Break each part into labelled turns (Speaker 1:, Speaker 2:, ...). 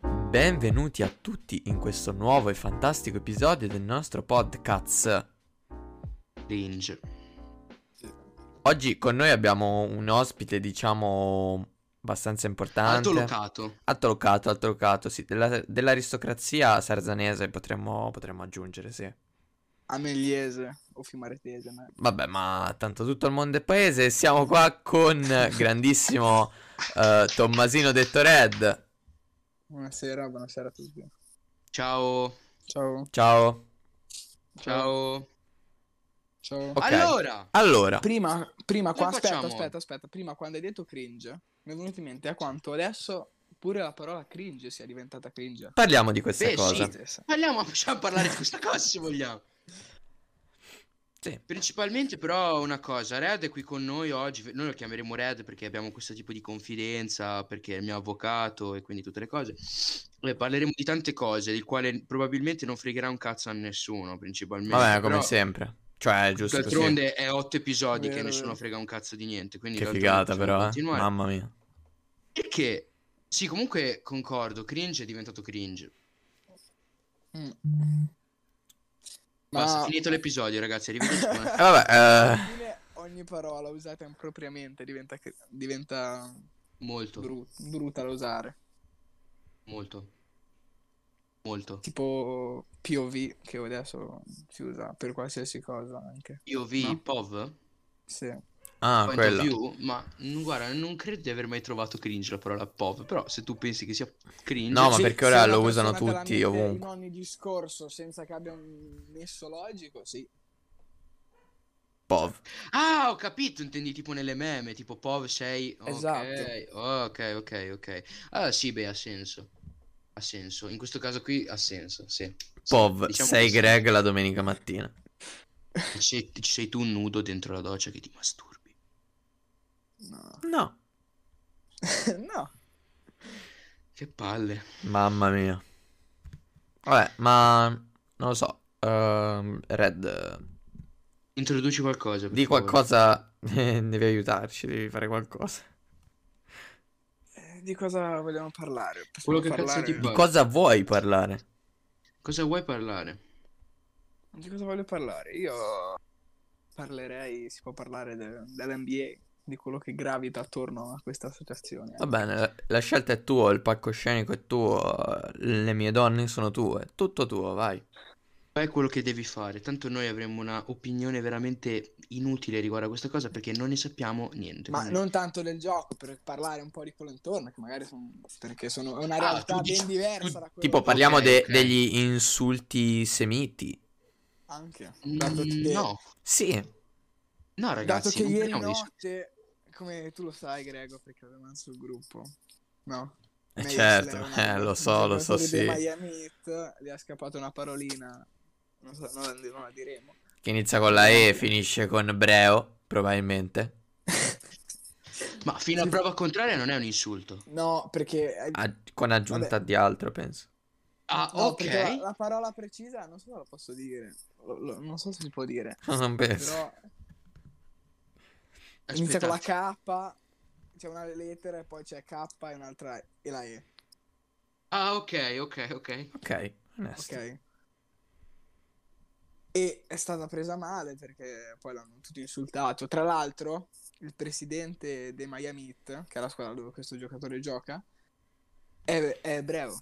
Speaker 1: benvenuti a tutti in questo nuovo e fantastico episodio del nostro podcast.
Speaker 2: Binge.
Speaker 1: Oggi con noi abbiamo un ospite, diciamo, abbastanza importante.
Speaker 2: Alto locato.
Speaker 1: Alto locato, alto locato, sì, della- dell'aristocrazia sarzanese potremmo, potremmo aggiungere, sì.
Speaker 3: Amegliese o Fiumaretese, ma
Speaker 1: Vabbè, ma tanto tutto il mondo è paese, siamo qua con grandissimo eh, Tommasino detto Red.
Speaker 3: buonasera, buonasera a tutti.
Speaker 2: Ciao.
Speaker 3: Ciao,
Speaker 1: Ciao.
Speaker 2: Ciao.
Speaker 3: ciao.
Speaker 1: Ok.
Speaker 2: Allora,
Speaker 1: Allora,
Speaker 3: Prima, prima qua,
Speaker 2: Noi
Speaker 3: aspetta,
Speaker 2: facciamo-
Speaker 3: aspetta, aspetta, prima quando hai detto cringe, mi è venuto in mente a quanto adesso pure la parola cringe sia diventata cringe.
Speaker 1: parliamo di questa
Speaker 2: Beh,
Speaker 1: cosa.
Speaker 2: sì. parliamo, facciamo parlare di questa cosa se vogliamo.
Speaker 1: Sì.
Speaker 2: Principalmente però una cosa, Red è qui con noi oggi, noi lo chiameremo Red perché abbiamo questo tipo di confidenza, perché è il mio avvocato e quindi tutte le cose. E parleremo di tante cose, il quale probabilmente non fregherà un cazzo a nessuno, principalmente.
Speaker 1: Vabbè, come
Speaker 2: Però,
Speaker 1: sempre. Cioè, è giusto così.
Speaker 2: D'altronde è otto episodi che
Speaker 3: Vero,
Speaker 2: nessuno
Speaker 3: vero.
Speaker 2: frega un cazzo di niente, quindi
Speaker 1: Che
Speaker 2: d'altronde
Speaker 1: figata
Speaker 2: possiamo
Speaker 1: però, eh.
Speaker 2: continuare.
Speaker 1: Mamma mia.
Speaker 2: Perché? Sì, comunque concordo, cringe è diventato cringe.
Speaker 3: Mm.
Speaker 2: Basta, Eh.
Speaker 3: Ma
Speaker 2: finito l'episodio, ragazzi, arrivederci.
Speaker 1: E Eh, vabbè,
Speaker 3: alla fine ogni parola usata impropriamente diventa, cri- diventa
Speaker 2: molto,
Speaker 3: bru- brutta da usare.
Speaker 2: molto. Molto.
Speaker 3: Tipo POV che adesso si usa per qualsiasi cosa anche.
Speaker 2: Io vi
Speaker 3: No.
Speaker 2: POV,
Speaker 3: Sì.
Speaker 1: ah,
Speaker 2: point of
Speaker 1: quello.
Speaker 2: view, ma mm, guarda, non credo di aver mai trovato cringe la parola POV, però se tu pensi che sia cringe...
Speaker 1: No, ma
Speaker 2: sì,
Speaker 1: perché ora
Speaker 3: se una
Speaker 1: lo usano
Speaker 3: persona te la
Speaker 1: tutti
Speaker 3: mette
Speaker 1: ovunque.
Speaker 3: In ogni discorso senza che abbia un nesso logico, sì.
Speaker 1: Pov.
Speaker 2: Ah, ho capito, intendi tipo nelle meme, tipo POV sei... ok,
Speaker 3: Esatto.
Speaker 2: Ok, ok, ok. Allora sì, beh, ha senso. Ha senso. In questo caso qui ha senso, sì. Sì,
Speaker 1: Pov,
Speaker 2: diciamo
Speaker 1: sei
Speaker 2: che sì.
Speaker 1: Greg la domenica mattina.
Speaker 2: Ci ci sei tu nudo dentro la doccia che ti masturbi.
Speaker 3: No.
Speaker 1: No.
Speaker 3: no.
Speaker 2: Che palle.
Speaker 1: Mamma mia. Vabbè, ma non lo so. ehm, Red, eh,
Speaker 2: Introduci qualcosa. per
Speaker 1: di
Speaker 2: favore.
Speaker 1: qualcosa devi aiutarci, devi fare qualcosa.
Speaker 3: Eh, Di cosa vogliamo parlare?
Speaker 2: Quello
Speaker 3: Possiamo
Speaker 2: che cazzo
Speaker 3: parlare-
Speaker 2: ti
Speaker 1: Di
Speaker 2: Vai.
Speaker 1: cosa vuoi parlare?
Speaker 2: Cosa vuoi parlare?
Speaker 3: Di cosa voglio parlare? Io parlerei, si può parlare de- dell'NBA, di quello che gravita attorno a questa associazione.
Speaker 1: Va bene, la- la scelta è tua, il palcoscenico è tuo, le mie donne sono tue, tutto tuo, vai.
Speaker 2: Fai quello che devi fare. Tanto noi avremmo una opinione veramente inutile riguardo a questa cosa perché non ne sappiamo niente.
Speaker 1: cioè,
Speaker 3: Ma
Speaker 2: quindi-
Speaker 3: non tanto del gioco, per parlare un po' di quello intorno, che magari sono... perché sono è una
Speaker 2: Ah,
Speaker 3: realtà
Speaker 2: tu dici-
Speaker 3: ben diversa da quella
Speaker 1: Tipo
Speaker 3: che-
Speaker 1: parliamo
Speaker 2: Ok,
Speaker 1: de-
Speaker 2: ok.
Speaker 1: degli insulti semiti.
Speaker 3: Anche.
Speaker 2: Mm,
Speaker 3: dato che-
Speaker 2: no,
Speaker 1: Sì.
Speaker 2: no,
Speaker 3: Dato
Speaker 2: ragazzi,
Speaker 3: che
Speaker 2: non
Speaker 3: ieri
Speaker 2: parliamo di-
Speaker 3: notte, come tu lo sai, Grego, perché avevamo il suo gruppo, no?
Speaker 1: Eh,
Speaker 3: Mavis
Speaker 1: certo,
Speaker 3: Leonard,
Speaker 1: eh, lo so, lo so,
Speaker 3: giocatore Cioè, dei
Speaker 1: sì.
Speaker 3: Miami Heat, gli è scappata una parolina, non, so, non, non la diremo.
Speaker 1: Che inizia con la E e finisce con Breo, probabilmente.
Speaker 2: Ma fino a prova contraria non è un insulto.
Speaker 3: No, perché... eh,
Speaker 1: A- con aggiunta di altro, penso.
Speaker 2: Ah,
Speaker 3: no,
Speaker 2: ok.
Speaker 3: perché la, la parola precisa non so se la posso dire, lo- lo- non so se si può dire,
Speaker 1: No, non penso.
Speaker 3: però inizia
Speaker 2: Aspetta.
Speaker 3: con la K, c'è una lettera e poi c'è K e un'altra e la E,
Speaker 2: Ah, ok, ok, ok.
Speaker 1: Ok, onesto.
Speaker 3: ok? E è stata presa male perché poi l'hanno tutti insultato. Tra l'altro, il presidente dei Miami Heat, che è la squadra dove questo giocatore gioca, è, è ebreo.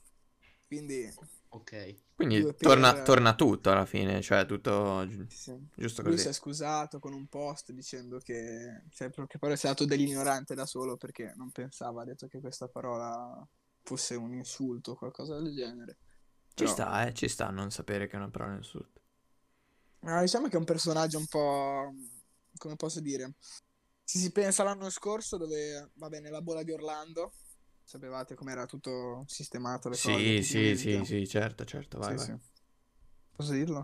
Speaker 3: Quindi,
Speaker 2: Ok.
Speaker 1: Quindi
Speaker 3: Due per-
Speaker 1: torna, torna tutto alla fine, cioè tutto gi-
Speaker 3: sì.
Speaker 1: giusto
Speaker 3: lui si è
Speaker 1: così.
Speaker 3: scusato con un post dicendo che, cioè, che poi è stato dell'ignorante da solo perché non pensava, ha detto che questa parola fosse un insulto o qualcosa del genere.
Speaker 1: Ci
Speaker 3: Però-
Speaker 1: sta, eh, ci sta a non sapere che è una parola insulto.
Speaker 3: Ma diciamo che è un personaggio un po'. come posso dire? Se si pensa all'anno scorso, dove va bene la bola di Orlando, sapevate com'era tutto sistemato le cose,
Speaker 1: Sì, sì, sì,
Speaker 3: ultimamente?
Speaker 1: sì, certo, certo, vai,
Speaker 3: Sì,
Speaker 1: vai.
Speaker 3: sì. Posso dirlo?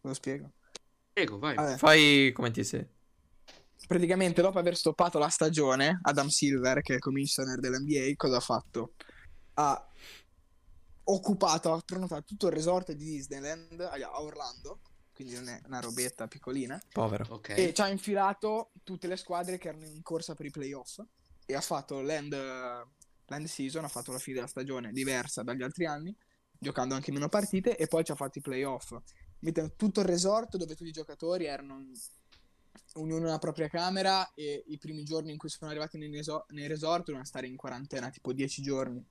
Speaker 3: Ve lo spiego.
Speaker 2: Prego, vai.
Speaker 3: Vabbè,
Speaker 1: Fai come ti sei.
Speaker 3: praticamente dopo aver stoppato la stagione, Adam Silver, che è il commissioner dell'NBA, cosa ha fatto? Ha occupato, ha prenotato tutto il resort di Disneyland a Orlando, quindi non è una robetta piccolina.
Speaker 1: Povero.
Speaker 2: Ok.
Speaker 3: e cioè, ci ha infilato tutte le squadre che erano in corsa per i playoff e ha fatto land, l'end season, ha fatto la fine della stagione diversa dagli altri anni, giocando anche meno partite, e poi ci ha fatto i playoff. Mettendo tutto il resort dove tutti i giocatori erano ognuno nella propria camera e i primi giorni in cui sono arrivati nei, reso- nei resort dovevano stare in quarantena, tipo 10 giorni.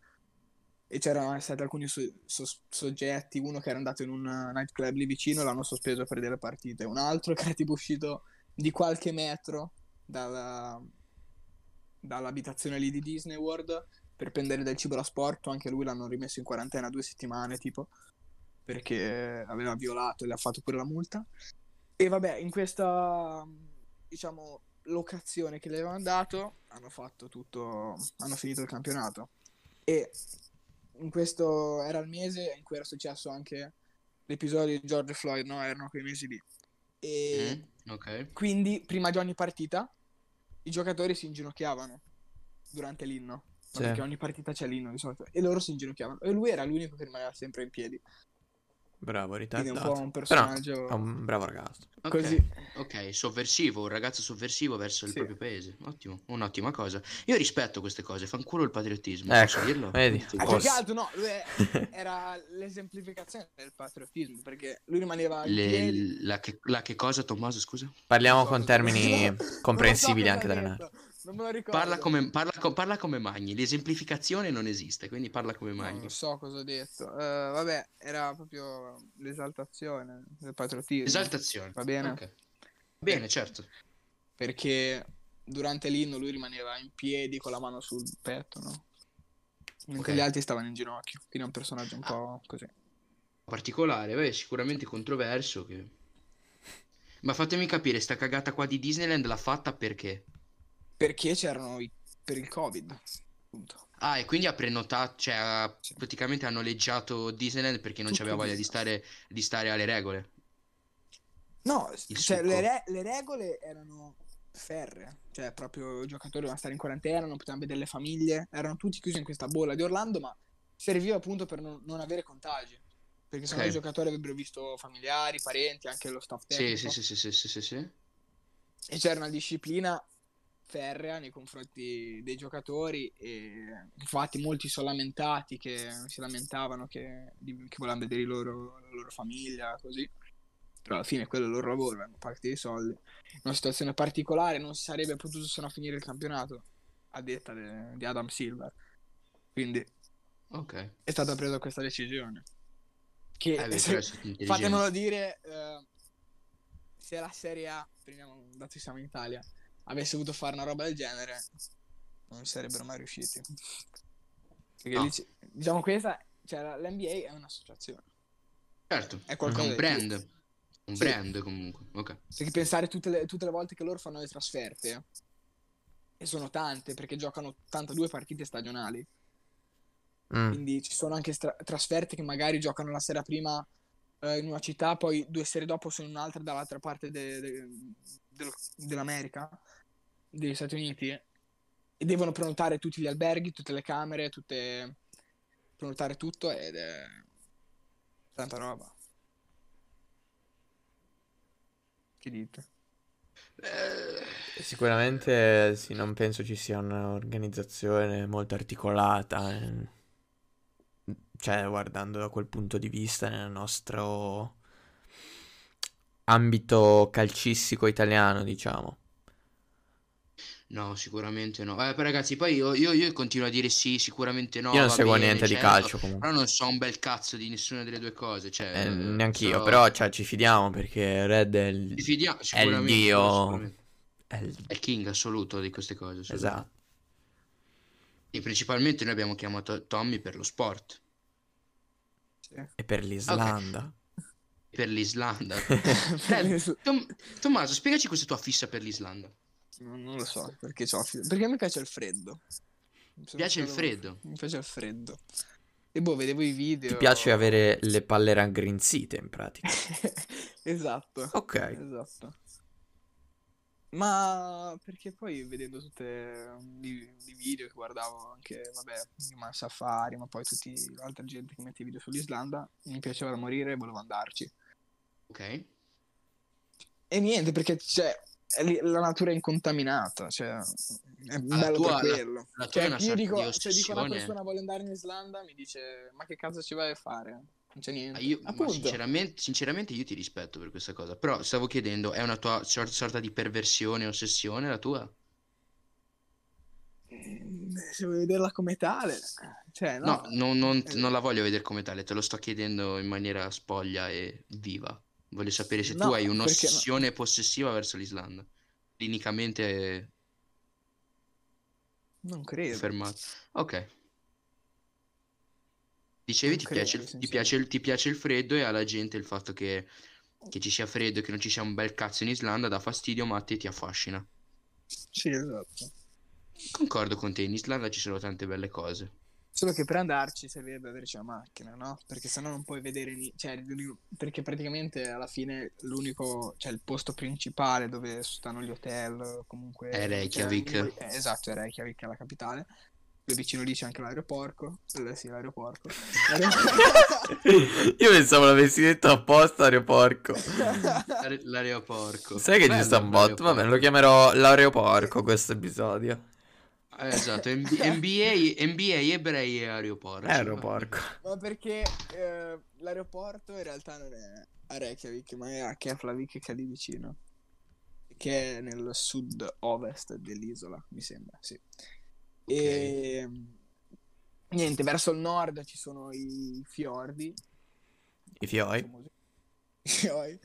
Speaker 3: E c'erano stati alcuni so- so- soggetti, uno che era andato in un eh, nightclub lì vicino, l'hanno sospeso per delle partite, un altro che era tipo uscito di qualche metro dalla- dall'abitazione lì di Disney World per prendere del cibo da sport, anche lui l'hanno rimesso in quarantena due settimane, tipo, perché aveva violato e le ha fatto pure la multa. E vabbè, in questa, diciamo, locazione che le avevano dato, hanno fatto tutto, hanno finito il campionato. E in questo era il mese in cui era successo anche l'episodio di George Floyd, no? Erano quei mesi lì. E
Speaker 2: Mm, ok.
Speaker 3: quindi, prima di ogni partita, i giocatori si inginocchiavano durante l'inno. Ma
Speaker 1: Sì.
Speaker 3: Perché ogni partita c'è l'inno di solito. E loro si inginocchiavano. E lui era l'unico che rimaneva sempre in piedi.
Speaker 1: Bravo,
Speaker 3: Quindi è un po'
Speaker 1: ritardato.
Speaker 3: un
Speaker 1: Però
Speaker 3: personaggio
Speaker 1: è un bravo ragazzo.
Speaker 2: Ok.
Speaker 3: così.
Speaker 2: Ok, sovversivo, un ragazzo sovversivo verso il
Speaker 3: Sì.
Speaker 2: proprio paese. Ottimo, un'ottima cosa. Io rispetto queste cose, fanculo il patriottismo,
Speaker 1: Ecco,
Speaker 2: posso dirlo?
Speaker 1: vedi?
Speaker 2: Sì.
Speaker 3: Ah, più
Speaker 1: Forse.
Speaker 3: che altro no, lui è- era l'esemplificazione del patriottismo, perché lui rimaneva in
Speaker 2: Le-
Speaker 3: piedi.
Speaker 2: la, che, la che cosa, Tommaso, scusa?
Speaker 1: Parliamo
Speaker 3: Non so
Speaker 1: con
Speaker 3: cosa-
Speaker 1: termini
Speaker 3: non lo so
Speaker 1: comprensibili
Speaker 3: cosa
Speaker 1: anche
Speaker 3: ha
Speaker 1: dalle
Speaker 3: detto, Non me lo ricordo.
Speaker 2: Parla come, parla, co- parla come Magni, l'esemplificazione non esiste, quindi parla come
Speaker 3: No,
Speaker 2: Magni.
Speaker 3: non so cosa ho detto. Eh, vabbè, era proprio l'esaltazione del patriottismo.
Speaker 2: Esaltazione.
Speaker 3: Va bene.
Speaker 2: Ok. Bene, certo.
Speaker 3: Perché durante l'inno lui rimaneva in piedi con la mano sul petto, no? Mentre
Speaker 2: Ok. Ah.
Speaker 3: gli altri stavano in ginocchio. Quindi è un personaggio un po' così.
Speaker 2: Particolare, beh, sicuramente controverso. Che... Ma fatemi capire, sta cagata qua di Disneyland l'ha fatta perché?
Speaker 3: Perché c'erano i... per il Covid, appunto.
Speaker 2: Ah, e quindi ha prenotato, cioè ha-
Speaker 3: Sì.
Speaker 2: praticamente ha noleggiato Disneyland perché non
Speaker 3: Tutto
Speaker 2: c'aveva voglia di
Speaker 3: Disneyland.
Speaker 2: stare, di stare alle regole.
Speaker 3: No,
Speaker 2: Il
Speaker 3: cioè,
Speaker 2: succo.
Speaker 3: le, re- le regole erano ferre, cioè proprio i giocatori dovevano stare in quarantena, non potevano vedere le famiglie, erano tutti chiusi in questa bolla di Orlando, ma serviva appunto per non, non avere contagi, perché sennò
Speaker 2: Ok.
Speaker 3: i giocatori avrebbero visto familiari, parenti, anche lo staff
Speaker 2: Sì,
Speaker 3: tecnico,
Speaker 2: sì, sì, sì, sì, sì, sì, sì.
Speaker 3: e c'era una disciplina ferrea nei confronti dei giocatori e infatti molti sono lamentati che si lamentavano che, di- che volevano vedere i loro- la loro famiglia così però alla fine quello è il loro lavoro hanno parte dei soldi in una situazione particolare non si sarebbe potuto se no finire il campionato a detta de- di Adam Silver quindi
Speaker 2: Ok.
Speaker 3: è stata presa questa decisione che
Speaker 2: Eh, beh,
Speaker 3: se-
Speaker 2: però è stato intelligente.
Speaker 3: Fatemelo dire, eh, se la Serie A, prendiamo, dato che siamo in Italia, avesse voluto fare una roba del genere, non sarebbero mai riusciti. Perché
Speaker 2: No.
Speaker 3: lì c- diciamo questa, cioè la- l'NBA è un'associazione,
Speaker 2: Certo,
Speaker 3: è qualcosa
Speaker 2: un
Speaker 3: di
Speaker 2: brand. Un
Speaker 3: Sì.
Speaker 2: brand comunque. Ok.
Speaker 3: più. Perché pensare tutte le, tutte le volte che loro fanno le trasferte, e sono tante perché giocano 82 partite stagionali,
Speaker 1: Mm.
Speaker 3: quindi ci sono anche stra- trasferte che magari giocano la sera prima eh, in una città, poi due sere dopo sono in un'altra dall'altra parte de- de- dello- dell'America, degli Stati Uniti, e devono prenotare tutti gli alberghi, tutte le camere, tutte... prenotare tutto ed è tanta roba. Che dite?
Speaker 2: Eh,
Speaker 1: Sicuramente sì, non penso ci sia un'organizzazione molto articolata. eh. Cioè, guardando da quel punto di vista, nel nostro ambito calcistico italiano, diciamo.
Speaker 2: No, sicuramente no. Eh, però ragazzi, poi io, io- io continuo a dire sì, sicuramente no,
Speaker 1: Io non
Speaker 2: va
Speaker 1: seguo
Speaker 2: bene,
Speaker 1: niente di
Speaker 2: certo,
Speaker 1: calcio comunque.
Speaker 2: Però non so un bel cazzo di nessuna delle due cose, cioè,
Speaker 1: Eh, neanch'io,
Speaker 2: so-
Speaker 1: però cioè, ci fidiamo perché Red è il,
Speaker 2: Ci fidiamo,
Speaker 1: è il
Speaker 2: sicuramente,
Speaker 1: dio.
Speaker 2: sicuramente.
Speaker 1: è il-
Speaker 2: È il king assoluto di queste cose, assolutamente.
Speaker 1: Esatto.
Speaker 2: E principalmente noi abbiamo chiamato Tommy per lo sport,
Speaker 3: Sì.
Speaker 1: E per l'Islanda.
Speaker 2: per l'Islanda.
Speaker 3: Per-
Speaker 2: Tom- Tommaso, spiegaci questa tua fissa per l'Islanda.
Speaker 3: non, non lo so perché, c'ho- perché mi piace il freddo. Mi
Speaker 2: Piace il freddo?
Speaker 3: Mi piace il freddo. E boh, vedevo i video.
Speaker 1: Ti piace avere le palle raggrinzite in pratica.
Speaker 3: esatto.
Speaker 1: Ok.
Speaker 3: Esatto. Ma perché poi vedendo tutti i i video che guardavo anche, vabbè, Human Safari, ma poi tutti l'altra gente che mette i video sull'Islanda, mi piaceva da morire e volevo andarci.
Speaker 2: Ok?
Speaker 3: E niente, perché cioè, è lì- la natura è incontaminata, cioè è bello
Speaker 2: tua-
Speaker 3: per quello.
Speaker 2: La tua
Speaker 3: Cioè,
Speaker 2: è Ah, una
Speaker 3: io
Speaker 2: sorta
Speaker 3: dico,
Speaker 2: di
Speaker 3: se dico a una
Speaker 2: ossessione.
Speaker 3: persona voglio andare in Islanda, mi dice ma che cazzo ci vai a fare? Non c'è niente.
Speaker 2: Ma Ah, io, ma
Speaker 3: Appunto.
Speaker 2: sinceramente, sinceramente io ti rispetto per questa cosa, però stavo chiedendo, è una tua sor- sorta di perversione, ossessione la tua?
Speaker 3: Mm, Se vuoi vederla come tale, cioè
Speaker 2: No,
Speaker 3: no.
Speaker 2: non, non-
Speaker 3: Eh.
Speaker 2: non la voglio vedere come tale, te lo sto chiedendo in maniera spoglia e viva. Voglio sapere se tu
Speaker 3: No,
Speaker 2: hai
Speaker 3: perché no?
Speaker 2: un'ossessione possessiva verso l'Islanda, clinicamente
Speaker 3: non credo.
Speaker 2: fermata. Ok. Dicevi
Speaker 3: Non
Speaker 2: ti
Speaker 3: credo,
Speaker 2: piace, il- ti,
Speaker 3: sinceramente.
Speaker 2: piace il, ti piace il freddo e alla gente il fatto che, che ci sia freddo e che non ci sia un bel cazzo in Islanda dà fastidio, ma a te ti affascina.
Speaker 3: Sì, esatto.
Speaker 2: Concordo con te, in Islanda ci sono tante belle cose.
Speaker 3: Solo che per andarci servirebbe averci la macchina, no? Perché sennò non puoi vedere ni- cioè, l'unico- perché praticamente alla fine l'unico, cioè il posto principale dove stanno gli hotel, comunque
Speaker 2: È Reykjavik.
Speaker 3: cioè, ogni- eh, esatto, è Reykjavik, è la capitale. Dove vicino lì c'è anche l'aeroporto. Eh, sì, l'aeroporto.
Speaker 1: Io pensavo l'avessi detto apposta, aeroporco.
Speaker 2: L'are- L'aeroporco.
Speaker 1: Sai che
Speaker 2: Bello
Speaker 1: ci sta un bot?
Speaker 2: l'aeroporco.
Speaker 1: Vabbè, lo chiamerò l'aeroporco questo episodio.
Speaker 2: Eh, Esatto, MB- NBA, NBA ebrei e aeroporco.
Speaker 1: Aeroporco.
Speaker 3: Ma perché eh, l'aeroporto in realtà non è a Reykjavik, ma è a Keflavik che è lì vicino. Che è nel sud-ovest dell'isola, mi sembra, sì. E ehm, niente, verso il nord ci sono i fiordi.
Speaker 1: I fioi.
Speaker 3: famosi fiori.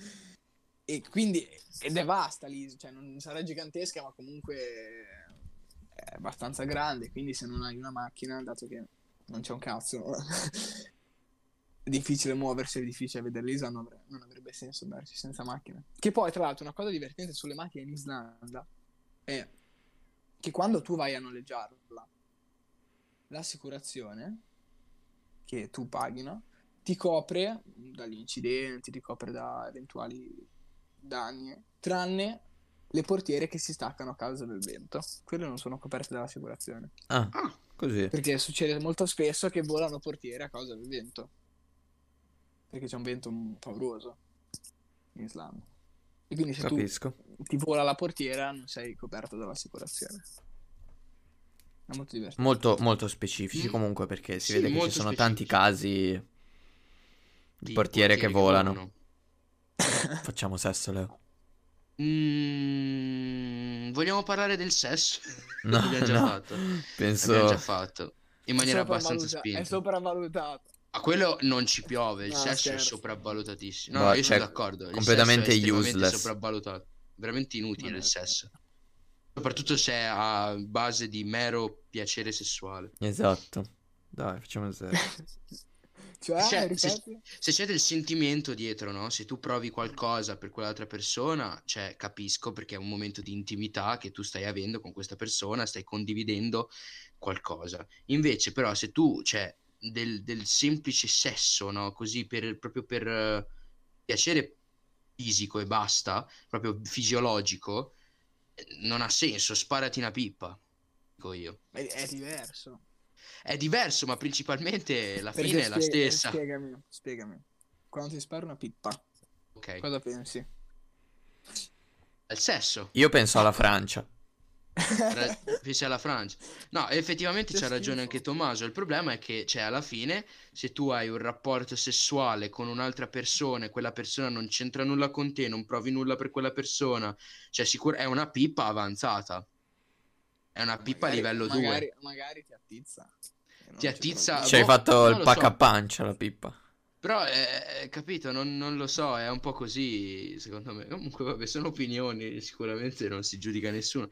Speaker 3: E quindi ed è vasta l'isola, cioè non sarà gigantesca, ma comunque è abbastanza grande. Quindi se non hai una macchina, dato che non c'è un cazzo, è difficile muoversi, è difficile vedere l'isola, non, avre- non avrebbe senso andarci senza macchina. Che poi, tra l'altro, una cosa divertente sulle macchine in Islanda è che quando tu vai a noleggiarla, l'assicurazione che tu paghi, no? ti copre dagli incidenti, ti copre da eventuali danni, tranne le portiere che si staccano a causa del vento. Quelle non sono coperte dall'assicurazione.
Speaker 1: Ah,
Speaker 2: Ah,
Speaker 1: così.
Speaker 3: Perché succede molto spesso che volano portiere a causa del vento. Perché c'è un vento pauroso in Islanda. E quindi se
Speaker 1: Capisco.
Speaker 3: tu ti vola la portiera non sei coperto dall'assicurazione. È molto divertente.
Speaker 1: Molto, molto specifici
Speaker 2: Mm.
Speaker 1: comunque perché si
Speaker 2: Sì,
Speaker 1: vede che ci
Speaker 2: molto
Speaker 1: sono
Speaker 2: specifici.
Speaker 1: tanti casi
Speaker 2: di
Speaker 1: di portiere che volano.
Speaker 2: volano.
Speaker 1: Facciamo sesso, Leo.
Speaker 2: Mm, vogliamo parlare del sesso?
Speaker 1: No,
Speaker 2: L'abbiamo già
Speaker 1: no.
Speaker 2: fatto. L'abbiamo
Speaker 1: Penso...
Speaker 2: già fatto. In maniera abbastanza
Speaker 3: Sopravvaluta-
Speaker 2: spinta.
Speaker 3: È sopravvalutato.
Speaker 2: A quello non ci piove, il
Speaker 3: No,
Speaker 2: sesso è
Speaker 3: scherzo.
Speaker 2: sopravvalutatissimo. No,
Speaker 1: Guarda,
Speaker 2: io sono
Speaker 1: cioè,
Speaker 2: d'accordo, il
Speaker 1: completamente
Speaker 2: sesso è estremamente
Speaker 1: useless.
Speaker 2: sopravvalutato, veramente inutile
Speaker 3: Vabbè.
Speaker 2: il sesso. Soprattutto se è a base di mero piacere sessuale.
Speaker 1: Esatto. Dai, facciamo sesso.
Speaker 2: Eh.
Speaker 3: cioè,
Speaker 2: Cioè, se-
Speaker 3: ripeti?
Speaker 2: Se c'è del sentimento dietro, no? Se tu provi qualcosa per quell'altra persona, cioè capisco perché è un momento di intimità che tu stai avendo con questa persona, stai condividendo qualcosa. Invece, però, se tu cioè, del, del semplice sesso, no? Così per, proprio per eh, piacere fisico e basta, proprio fisiologico, eh, non ha senso, sparati una pippa, dico io.
Speaker 3: È- è diverso.
Speaker 2: È diverso, ma principalmente la
Speaker 3: Perché
Speaker 2: fine è la
Speaker 3: spie-
Speaker 2: stessa.
Speaker 3: Spiegami, spiegami. Quando ti spara una pippa,
Speaker 2: Ok,
Speaker 3: cosa pensi?
Speaker 2: al sesso.
Speaker 1: Io penso
Speaker 2: Ah,
Speaker 1: alla Francia.
Speaker 2: Ra- pensi alla Francia. No, effettivamente
Speaker 3: Eh. Che
Speaker 2: c'ha ragione
Speaker 3: schifo.
Speaker 2: anche Tommaso. Il problema è che, cioè, alla fine, se tu hai un rapporto sessuale con un'altra persona e quella persona non c'entra nulla con te, non provi nulla per quella persona, cioè, sicur- è una pippa avanzata. È una pippa a
Speaker 3: Magari-
Speaker 2: livello 2.
Speaker 3: magari, Magari ti attizza. E non
Speaker 2: Ti
Speaker 3: c'è
Speaker 2: attizza-
Speaker 3: problema.
Speaker 2: Ah,
Speaker 1: Ci hai
Speaker 2: boh,
Speaker 1: fatto
Speaker 2: non
Speaker 1: il
Speaker 2: lo
Speaker 1: pack
Speaker 2: so.
Speaker 1: a pancia, la pippa.
Speaker 2: Però, eh, eh, capito, non, non lo so, è un po' così, secondo me. Comunque, vabbè, sono opinioni, sicuramente non si giudica nessuno.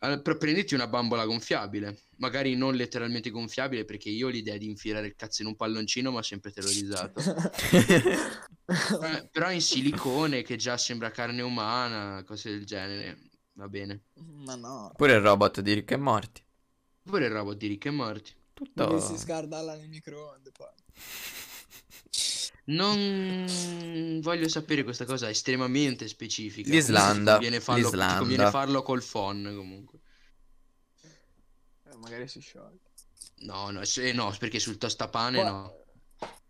Speaker 2: Allora, però prenditi una bambola gonfiabile, magari non letteralmente gonfiabile, perché io ho l'idea di infilare il cazzo in un palloncino, ma sempre terrorizzato. Eh, Però in silicone, che già sembra carne umana, cose del genere, va bene.
Speaker 3: Ma no.
Speaker 1: Pure il robot di Rick e Morty.
Speaker 2: Pure il robot di Rick e Morty.
Speaker 1: Tutto...
Speaker 3: Devi si scardalla nel microonde poi.
Speaker 2: Non voglio sapere questa cosa estremamente specifica.
Speaker 1: L'Islanda,
Speaker 2: Ti conviene farlo, ti
Speaker 1: l'Islanda.
Speaker 2: conviene farlo col phon, comunque.
Speaker 3: Eh, magari si scioglie.
Speaker 2: No, no, se- no, perché sul tostapane
Speaker 3: Qua-
Speaker 2: no.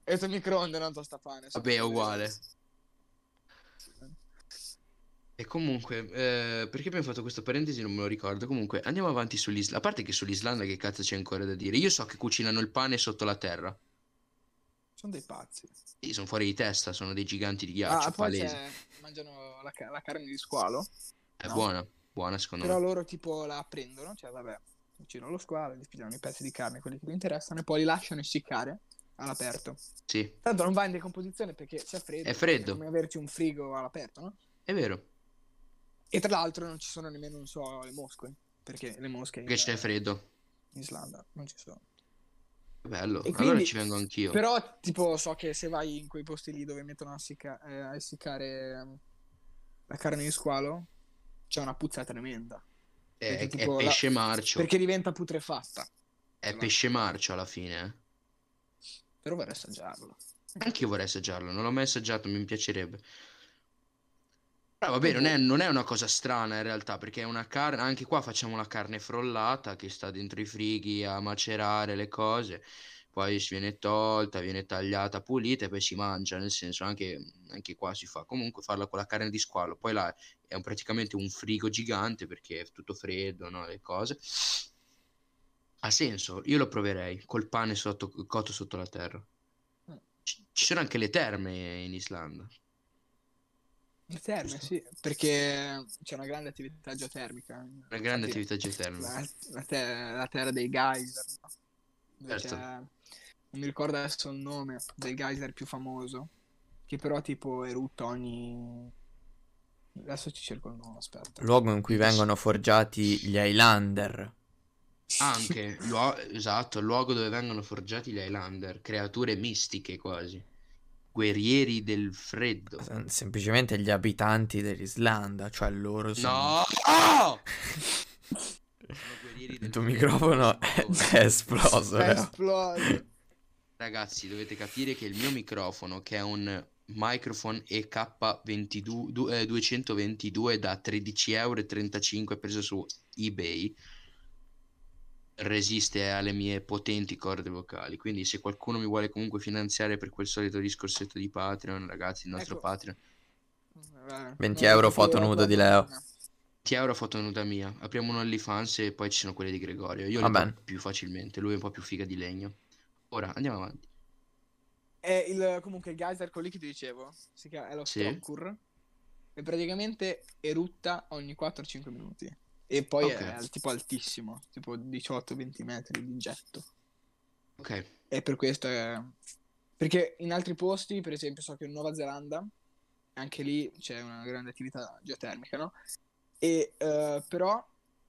Speaker 3: È il tuo microonde, non tostapane.
Speaker 2: Vabbè, è uguale. E comunque, eh, perché abbiamo fatto questa parentesi non me lo ricordo. Comunque, andiamo avanti sull'Islanda. A parte che sull'Islanda che cazzo c'è ancora da dire? Io so che cucinano il pane sotto la terra.
Speaker 3: Sono dei pazzi.
Speaker 2: Sì, sono fuori di testa, sono dei giganti di ghiaccio,
Speaker 3: Ah, poi
Speaker 2: palese.
Speaker 3: c'è- mangiano la, ca- la carne di squalo.
Speaker 2: È
Speaker 3: no.
Speaker 2: buona, buona secondo
Speaker 3: Però
Speaker 2: me.
Speaker 3: loro tipo la prendono, cioè vabbè, uccidono lo squalo, gli pigliano i pezzi di carne, quelli che li interessano, e poi li lasciano essiccare all'aperto.
Speaker 2: Sì,
Speaker 3: Tanto non va in decomposizione perché c'è freddo.
Speaker 2: È freddo.
Speaker 3: È come averci un frigo all'aperto, no?
Speaker 2: è vero,
Speaker 3: E tra l'altro non ci sono nemmeno, non so, le mosche. Perché le mosche in,
Speaker 2: perché c'è freddo.
Speaker 3: in Islanda non ci sono.
Speaker 2: Bello,
Speaker 3: E
Speaker 2: allora
Speaker 3: quindi-
Speaker 2: ci vengo anch'io.
Speaker 3: Però, tipo, so che se vai in quei posti lì dove mettono a, essicca- eh, a essiccare ehm, la carne di squalo, c'è una puzza tremenda.
Speaker 2: È,
Speaker 3: perché
Speaker 2: Eh, è
Speaker 3: tipo la-
Speaker 2: pesce marcio,
Speaker 3: Perché diventa putrefatta.
Speaker 2: è pesce marcio alla fine. eh.
Speaker 3: Però vorrei assaggiarlo.
Speaker 2: Anche io vorrei assaggiarlo, non l'ho mai assaggiato, mi piacerebbe. Però Ah, vabbè, non è, non è una cosa strana in realtà, perché è una carne, anche qua facciamo la carne frollata che sta dentro i frighi a macerare le cose, poi si viene tolta, viene tagliata, pulita e poi si mangia, nel senso anche, anche qua si fa. Comunque farla con la carne di squalo, poi là è un- praticamente un frigo gigante perché è tutto freddo, no, le cose. Ha senso, io lo proverei col pane sotto, cotto sotto la terra. Ci ci sono anche le terme in Islanda.
Speaker 3: Le terme, sì, perché c'è una grande attività geotermica.
Speaker 2: Una grande
Speaker 3: Infatti,
Speaker 2: attività geotermica.
Speaker 3: La, la te- la terra dei geyser. no? Dove
Speaker 2: Certo.
Speaker 3: c'è- Non mi ricordo adesso il nome del geyser più famoso, che però tipo erutta ogni... Adesso ci cerco il nome, aspetta.
Speaker 1: Luogo in cui vengono forgiati gli Highlander.
Speaker 2: Anche, luo- esatto, il luogo dove vengono forgiati gli Highlander, creature mistiche quasi, guerrieri del freddo.
Speaker 1: Sem- Semplicemente gli abitanti dell'Islanda, cioè loro sono...
Speaker 2: No! Oh! guerrieri
Speaker 1: Il
Speaker 2: del
Speaker 1: tuo
Speaker 2: freddo.
Speaker 1: microfono è, è esploso, eh.
Speaker 3: È
Speaker 1: Leo.
Speaker 3: esploso.
Speaker 2: Ragazzi, dovete capire che il mio microfono, che è un microphone EK22 du- eh, 222 da 13,35 euro preso su eBay, resiste alle mie potenti corde vocali. Quindi, se qualcuno mi vuole comunque finanziare per quel solito discorsetto di Patreon, ragazzi, il nostro
Speaker 3: Ecco. Eh,
Speaker 2: Patreon,
Speaker 1: 20 euro foto nudo di Leo.
Speaker 2: 10 euro foto nuda mia. Apriamo un OnlyFans e poi ci sono quelle di Gregorio. Io
Speaker 1: Va
Speaker 2: le
Speaker 1: bene.
Speaker 2: tocco più facilmente, lui è un po' più figa di legno. Ora andiamo avanti.
Speaker 3: È il, comunque il geyser, quello lì che ti dicevo, si chiama, è lo
Speaker 2: Sì.
Speaker 3: Strokkur, e praticamente erutta ogni 4-5 minuti. E poi
Speaker 2: Ok.
Speaker 3: è al- tipo altissimo, tipo 18-20 metri di getto.
Speaker 2: Ok,
Speaker 3: E per questo è... Perché in altri posti, per esempio, so che in Nuova Zelanda, anche lì c'è una grande attività geotermica, no? E eh, però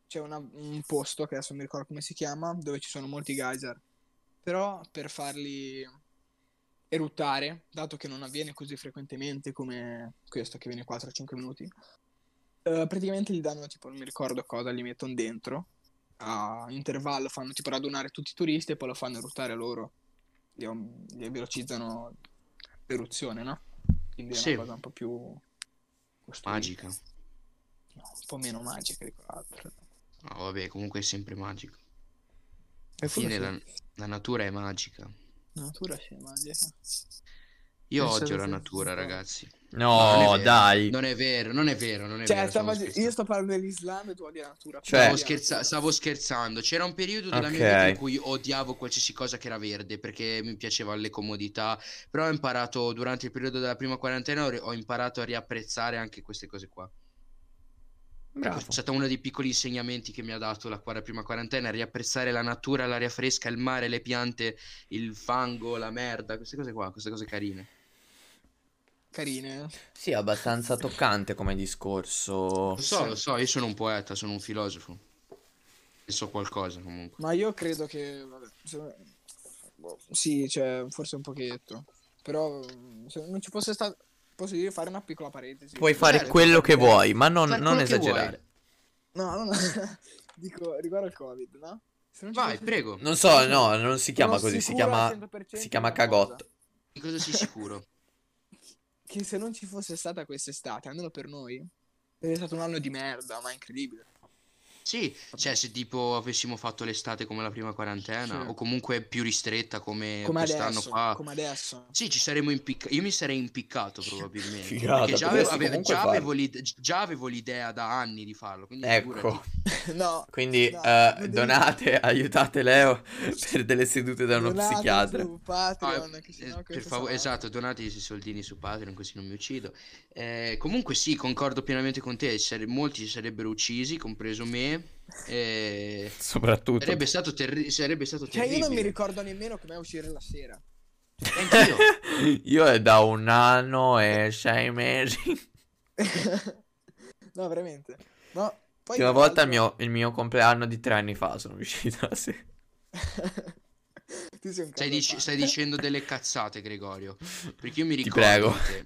Speaker 3: c'è una- un posto, che adesso non mi ricordo come si chiama, dove ci sono molti geyser. Però per farli eruttare, dato che non avviene così frequentemente come questo che viene 4-5 minuti, eh, praticamente gli danno tipo, non mi ricordo cosa, li mettono dentro a intervallo fanno tipo radunare tutti i turisti e poi lo fanno eruttare loro. Gli, gli velocizzano l'eruzione, no? Quindi è
Speaker 2: Sì.
Speaker 3: una cosa un po' più costruita.
Speaker 2: magica.
Speaker 3: No, un po' meno magica di quell'altra.
Speaker 2: No, Ah, vabbè, comunque è sempre magico.
Speaker 3: E
Speaker 2: fine la- La natura è magica.
Speaker 3: la natura sì, è magica.
Speaker 2: Io
Speaker 3: Penso
Speaker 2: odio
Speaker 3: che
Speaker 2: la
Speaker 3: sia-
Speaker 2: natura, ragazzi. non è
Speaker 1: No,
Speaker 2: vero,
Speaker 1: dai.
Speaker 2: Non è vero, non è vero, non è
Speaker 3: Cioè,
Speaker 2: vero.
Speaker 3: stavo-
Speaker 2: stavo
Speaker 3: io
Speaker 2: scherzando.
Speaker 3: sto parlando dell'Islam e tu odi la natura.
Speaker 1: Cioè-
Speaker 2: Stavo,
Speaker 3: Odi la
Speaker 2: scherza-
Speaker 3: natura.
Speaker 2: stavo scherzando. C'era un periodo della mia
Speaker 1: Ok.
Speaker 2: vita in cui odiavo qualsiasi cosa che era verde perché mi piacevano le comodità. Però ho imparato durante il periodo della prima quarantena, ho, ho imparato a riapprezzare anche queste cose qua.
Speaker 1: Bravo.
Speaker 2: È stato uno dei piccoli insegnamenti che mi ha dato la quar- prima quarantena: riapprezzare la natura, l'aria fresca, il mare, le piante, il fango, la merda, queste cose qua, queste cose carine.
Speaker 3: Carine.
Speaker 1: Sì, è abbastanza toccante come discorso.
Speaker 2: Lo so, lo so, io sono un poeta, sono un filosofo. E so qualcosa comunque.
Speaker 3: Ma io credo che. Vabbè, se- boh, sì, cioè, forse un pochetto. Però mm, se non ci fosse stato. Posso dire, fare una piccola parentesi.
Speaker 1: Puoi fare
Speaker 2: Certo.
Speaker 1: quello che vuoi, ma non,
Speaker 2: Fare
Speaker 1: non
Speaker 2: quello che
Speaker 1: esagerare.
Speaker 3: No, no, no. Dico, riguardo al Covid, no? Se non ci
Speaker 2: Vai,
Speaker 3: fosse-
Speaker 2: prego.
Speaker 1: Non so, no, non si chiama
Speaker 3: Sono
Speaker 1: così, si
Speaker 3: sicuro al
Speaker 1: chiama,
Speaker 3: 100%
Speaker 1: si chiama
Speaker 3: di una
Speaker 1: cagotto.
Speaker 2: Di cosa sei sicuro?
Speaker 3: Che se non ci fosse stata quest'estate, almeno per noi, sarebbe stato un anno di merda, ma incredibile.
Speaker 2: Sì, cioè se tipo avessimo fatto l'estate come la prima quarantena,
Speaker 3: Sì.
Speaker 2: o comunque più ristretta come,
Speaker 3: come
Speaker 2: Eh, quest'anno
Speaker 3: adesso,
Speaker 2: qua.
Speaker 3: come adesso.
Speaker 2: Sì, ci saremmo impiccati. Io mi sarei impiccato probabilmente.
Speaker 4: Figata,
Speaker 2: perché già, avevo,
Speaker 4: potresti
Speaker 2: ave-
Speaker 4: comunque
Speaker 2: già
Speaker 4: farlo.
Speaker 2: avevo l'ide- già avevo l'idea da anni di farlo. Quindi
Speaker 1: Ecco,
Speaker 2: figurati.
Speaker 3: No,
Speaker 1: quindi
Speaker 3: no,
Speaker 1: eh,
Speaker 3: non devi-
Speaker 1: donate, aiutate Leo per delle sedute da uno
Speaker 3: Donate
Speaker 1: psichiatra.
Speaker 3: su Patreon,
Speaker 2: Ah,
Speaker 3: che
Speaker 2: eh,
Speaker 3: sennò
Speaker 2: per
Speaker 3: questo
Speaker 2: favore,
Speaker 3: sarà-
Speaker 2: esatto, donate i soldini su Patreon così non mi uccido. Eh, comunque sì, concordo pienamente con te, ci sare- molti si sarebbero uccisi, compreso me. Eh,
Speaker 4: Soprattutto.
Speaker 2: sarebbe stato, terri- sarebbe stato
Speaker 3: Cioè, io non mi
Speaker 2: terribile.
Speaker 3: ricordo nemmeno com'è uscire la sera.
Speaker 2: Anch'io.
Speaker 1: Io è da un anno e sei mesi.
Speaker 3: no, veramente. No, poi
Speaker 1: L'ultima
Speaker 3: tra
Speaker 1: volta il
Speaker 3: l'altro-
Speaker 1: mio, il mio compleanno di tre anni fa sono uscito la sera.
Speaker 3: tu sei un
Speaker 2: Stai,
Speaker 3: caso a
Speaker 2: dic-
Speaker 3: parte.
Speaker 2: stai dicendo delle cazzate, Gregorio. Perché io mi
Speaker 1: Ti prego.
Speaker 2: ricordo. che-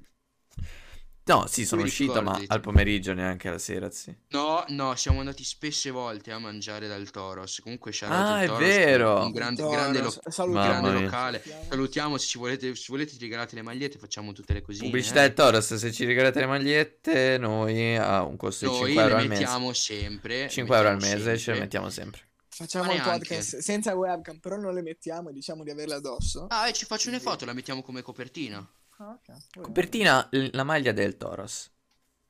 Speaker 1: No, sì, sono
Speaker 2: Mi
Speaker 1: uscito, ma
Speaker 2: ricordi?
Speaker 1: al pomeriggio neanche alla sera, sì.
Speaker 2: No, no, siamo andati spesse volte a mangiare dal Toros. Comunque, shout
Speaker 1: Ah,
Speaker 2: out il
Speaker 1: è
Speaker 2: Toros,
Speaker 1: vero!
Speaker 2: Un gran-
Speaker 3: Madonna,
Speaker 2: grande, lo-
Speaker 3: sa- salutiamo.
Speaker 1: Mamma
Speaker 2: grande
Speaker 1: mia.
Speaker 2: locale. Salutiamo, se ci volete, se volete, ci regalate le magliette, facciamo tutte le cosine.
Speaker 1: Pubblicità
Speaker 2: eh.
Speaker 1: del Toros, se ci regalate le magliette, noi a un costo di
Speaker 2: Noi
Speaker 1: 5 euro
Speaker 2: le
Speaker 1: al mese.
Speaker 2: mettiamo sempre.
Speaker 1: 5 euro al mese
Speaker 2: mettiamo
Speaker 1: ce le
Speaker 2: sempre.
Speaker 1: mettiamo sempre.
Speaker 3: Facciamo
Speaker 2: Ma
Speaker 3: il
Speaker 2: neanche.
Speaker 3: podcast senza webcam, però non le mettiamo e diciamo di averle addosso.
Speaker 2: Ah, e ci faccio le foto, la mettiamo come copertina.
Speaker 3: Ah, ok.
Speaker 1: Copertina, l- la maglia del Toros.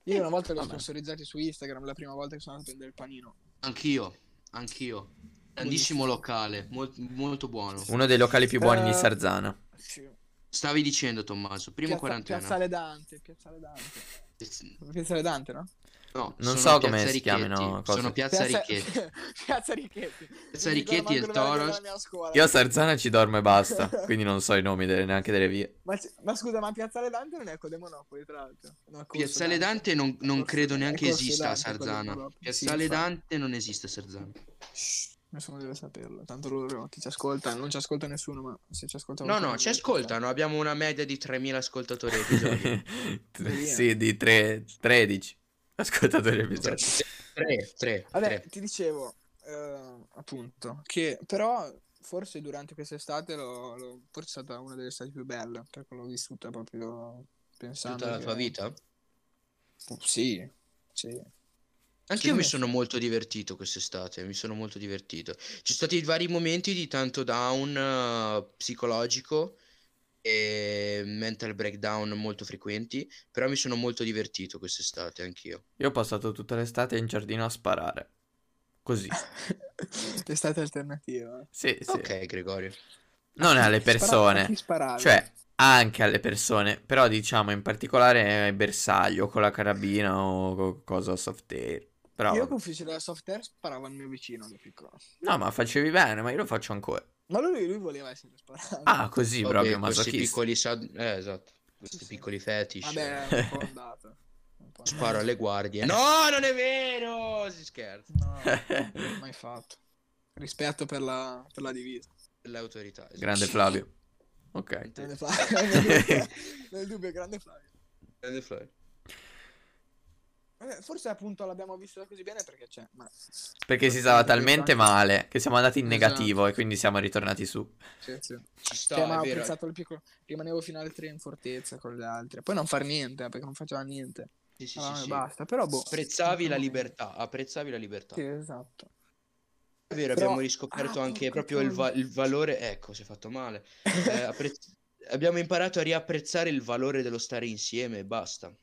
Speaker 3: Io una volta li ho
Speaker 1: Vabbè.
Speaker 3: sponsorizzati su Instagram, la prima volta che sono andato a prendere il panino.
Speaker 2: Anch'io, anch'io. Grandissimo locale, mol- molto buono.
Speaker 1: Uno dei locali più buoni di
Speaker 3: Eh,
Speaker 1: Sarzana.
Speaker 3: Sì.
Speaker 2: Stavi dicendo, Tommaso, prima
Speaker 3: Piazza-
Speaker 2: quarantena.
Speaker 3: Piazzale Dante, Piazzale Dante. Piazzale Dante, no?
Speaker 2: No,
Speaker 1: Non
Speaker 2: sono
Speaker 1: so
Speaker 2: Piazza
Speaker 1: come si chiamino,
Speaker 2: Richetti,
Speaker 1: cose.
Speaker 2: Sono Piazza Richetti.
Speaker 3: Piazza Richetti.
Speaker 2: Piazza
Speaker 3: Non mi ricordo
Speaker 2: Richetti e il
Speaker 3: manco nome della
Speaker 2: Toros.
Speaker 3: mia scuola.
Speaker 1: Io a Sarzana ci dormo e basta, quindi non so i nomi delle- neanche delle vie.
Speaker 3: Ma, c- ma scusa, ma Piazzale Dante non è con De Monopoli, tra l'altro. No, è Corso
Speaker 2: Piazzale Dante non, non
Speaker 3: Corso
Speaker 2: credo
Speaker 3: Dante.
Speaker 2: neanche
Speaker 3: eh. È Corso
Speaker 2: esista a
Speaker 3: Dante, quello
Speaker 2: Sarzana.
Speaker 3: proprio.
Speaker 2: Piazzale
Speaker 3: Sì, infatti.
Speaker 2: Dante non esiste a Sarzana.
Speaker 3: Shh, nessuno deve saperlo. Tanto loro, chi ci ascolta, non ci ascolta nessuno, ma se ci ascoltano...
Speaker 2: No, no, ci ascoltano. Abbiamo una media di 3.000 ascoltatori episodi.
Speaker 1: sì, di tre- 13 ascoltatori episodi.
Speaker 2: 3, 3,
Speaker 3: Vabbè, ti dicevo, eh, appunto, che però forse durante quest'estate l'ho, l'ho- forse è stata una delle estati più belle, perché l'ho vissuta proprio pensando...
Speaker 2: Tutta la tua
Speaker 3: che-
Speaker 2: vita?
Speaker 3: Sì, sì.
Speaker 2: Anche io mi sono molto divertito quest'estate, mi sono molto divertito. Ci sono stati vari momenti di tanto down eh, psicologico e mental breakdown molto frequenti, però mi sono molto divertito quest'estate anch'io.
Speaker 1: Io ho passato tutta l'estate in giardino a sparare. Così.
Speaker 3: L'estate alternativa.
Speaker 1: Sì, sì.
Speaker 2: Ok, Gregorio.
Speaker 1: Non alle
Speaker 3: A chi
Speaker 1: persone,
Speaker 3: sparare?
Speaker 1: cioè anche alle persone, però diciamo in particolare ai bersagli o con la carabina o co- cosa o soft air. Però
Speaker 3: Io con fucile da soft air sparavo al mio vicino da piccolo.
Speaker 1: no, ma facevi bene, ma io lo faccio ancora.
Speaker 3: Ma lui, lui voleva essere sparato.
Speaker 1: Ah, così
Speaker 2: Vabbè,
Speaker 1: proprio
Speaker 2: questi
Speaker 1: masochista.
Speaker 2: piccoli sad- eh, esatto, questi
Speaker 3: sì.
Speaker 2: piccoli fetish.
Speaker 3: Vabbè, è un po' andato. Un po' andato.
Speaker 2: Sparo alle
Speaker 1: Eh.
Speaker 2: guardie. No, non è vero! Si scherza.
Speaker 3: No, non l'ho mai fatto. Rispetto per la, per la divisa.
Speaker 2: L'autorità. esatto.
Speaker 1: Grande Flavio. Ok.
Speaker 3: Grande Flavio. Nel dubbio- Nel dubbio, grande Flavio.
Speaker 2: Grande Flavio.
Speaker 3: Vabbè, Eh, forse appunto l'abbiamo vissuta così bene perché c'è. Ma...
Speaker 1: Perché si stava talmente male che siamo andati in negativo e quindi siamo ritornati su.
Speaker 3: Sì, sì.
Speaker 2: Ci sta,
Speaker 3: Cioè, ma
Speaker 2: è
Speaker 3: ho
Speaker 2: vero.
Speaker 3: pensato al piccolo. Rimanevo fino alle tre in fortezza con le altre. Poi non far niente eh, perché non faceva niente.
Speaker 2: Sì, sì,
Speaker 3: Ah,
Speaker 2: sì, sì.
Speaker 3: Basta. Però boh.
Speaker 2: Apprezzavi la
Speaker 3: Sì,
Speaker 2: libertà, apprezzavi la libertà.
Speaker 3: Sì, esatto.
Speaker 2: È vero,
Speaker 3: Però-
Speaker 2: abbiamo riscoperto
Speaker 3: Ah,
Speaker 2: anche
Speaker 3: porca
Speaker 2: proprio il, va-
Speaker 3: troia.
Speaker 2: il valore. Ecco, si è fatto male. Eh, apprezz- Abbiamo imparato a riapprezzare il valore dello stare insieme e basta.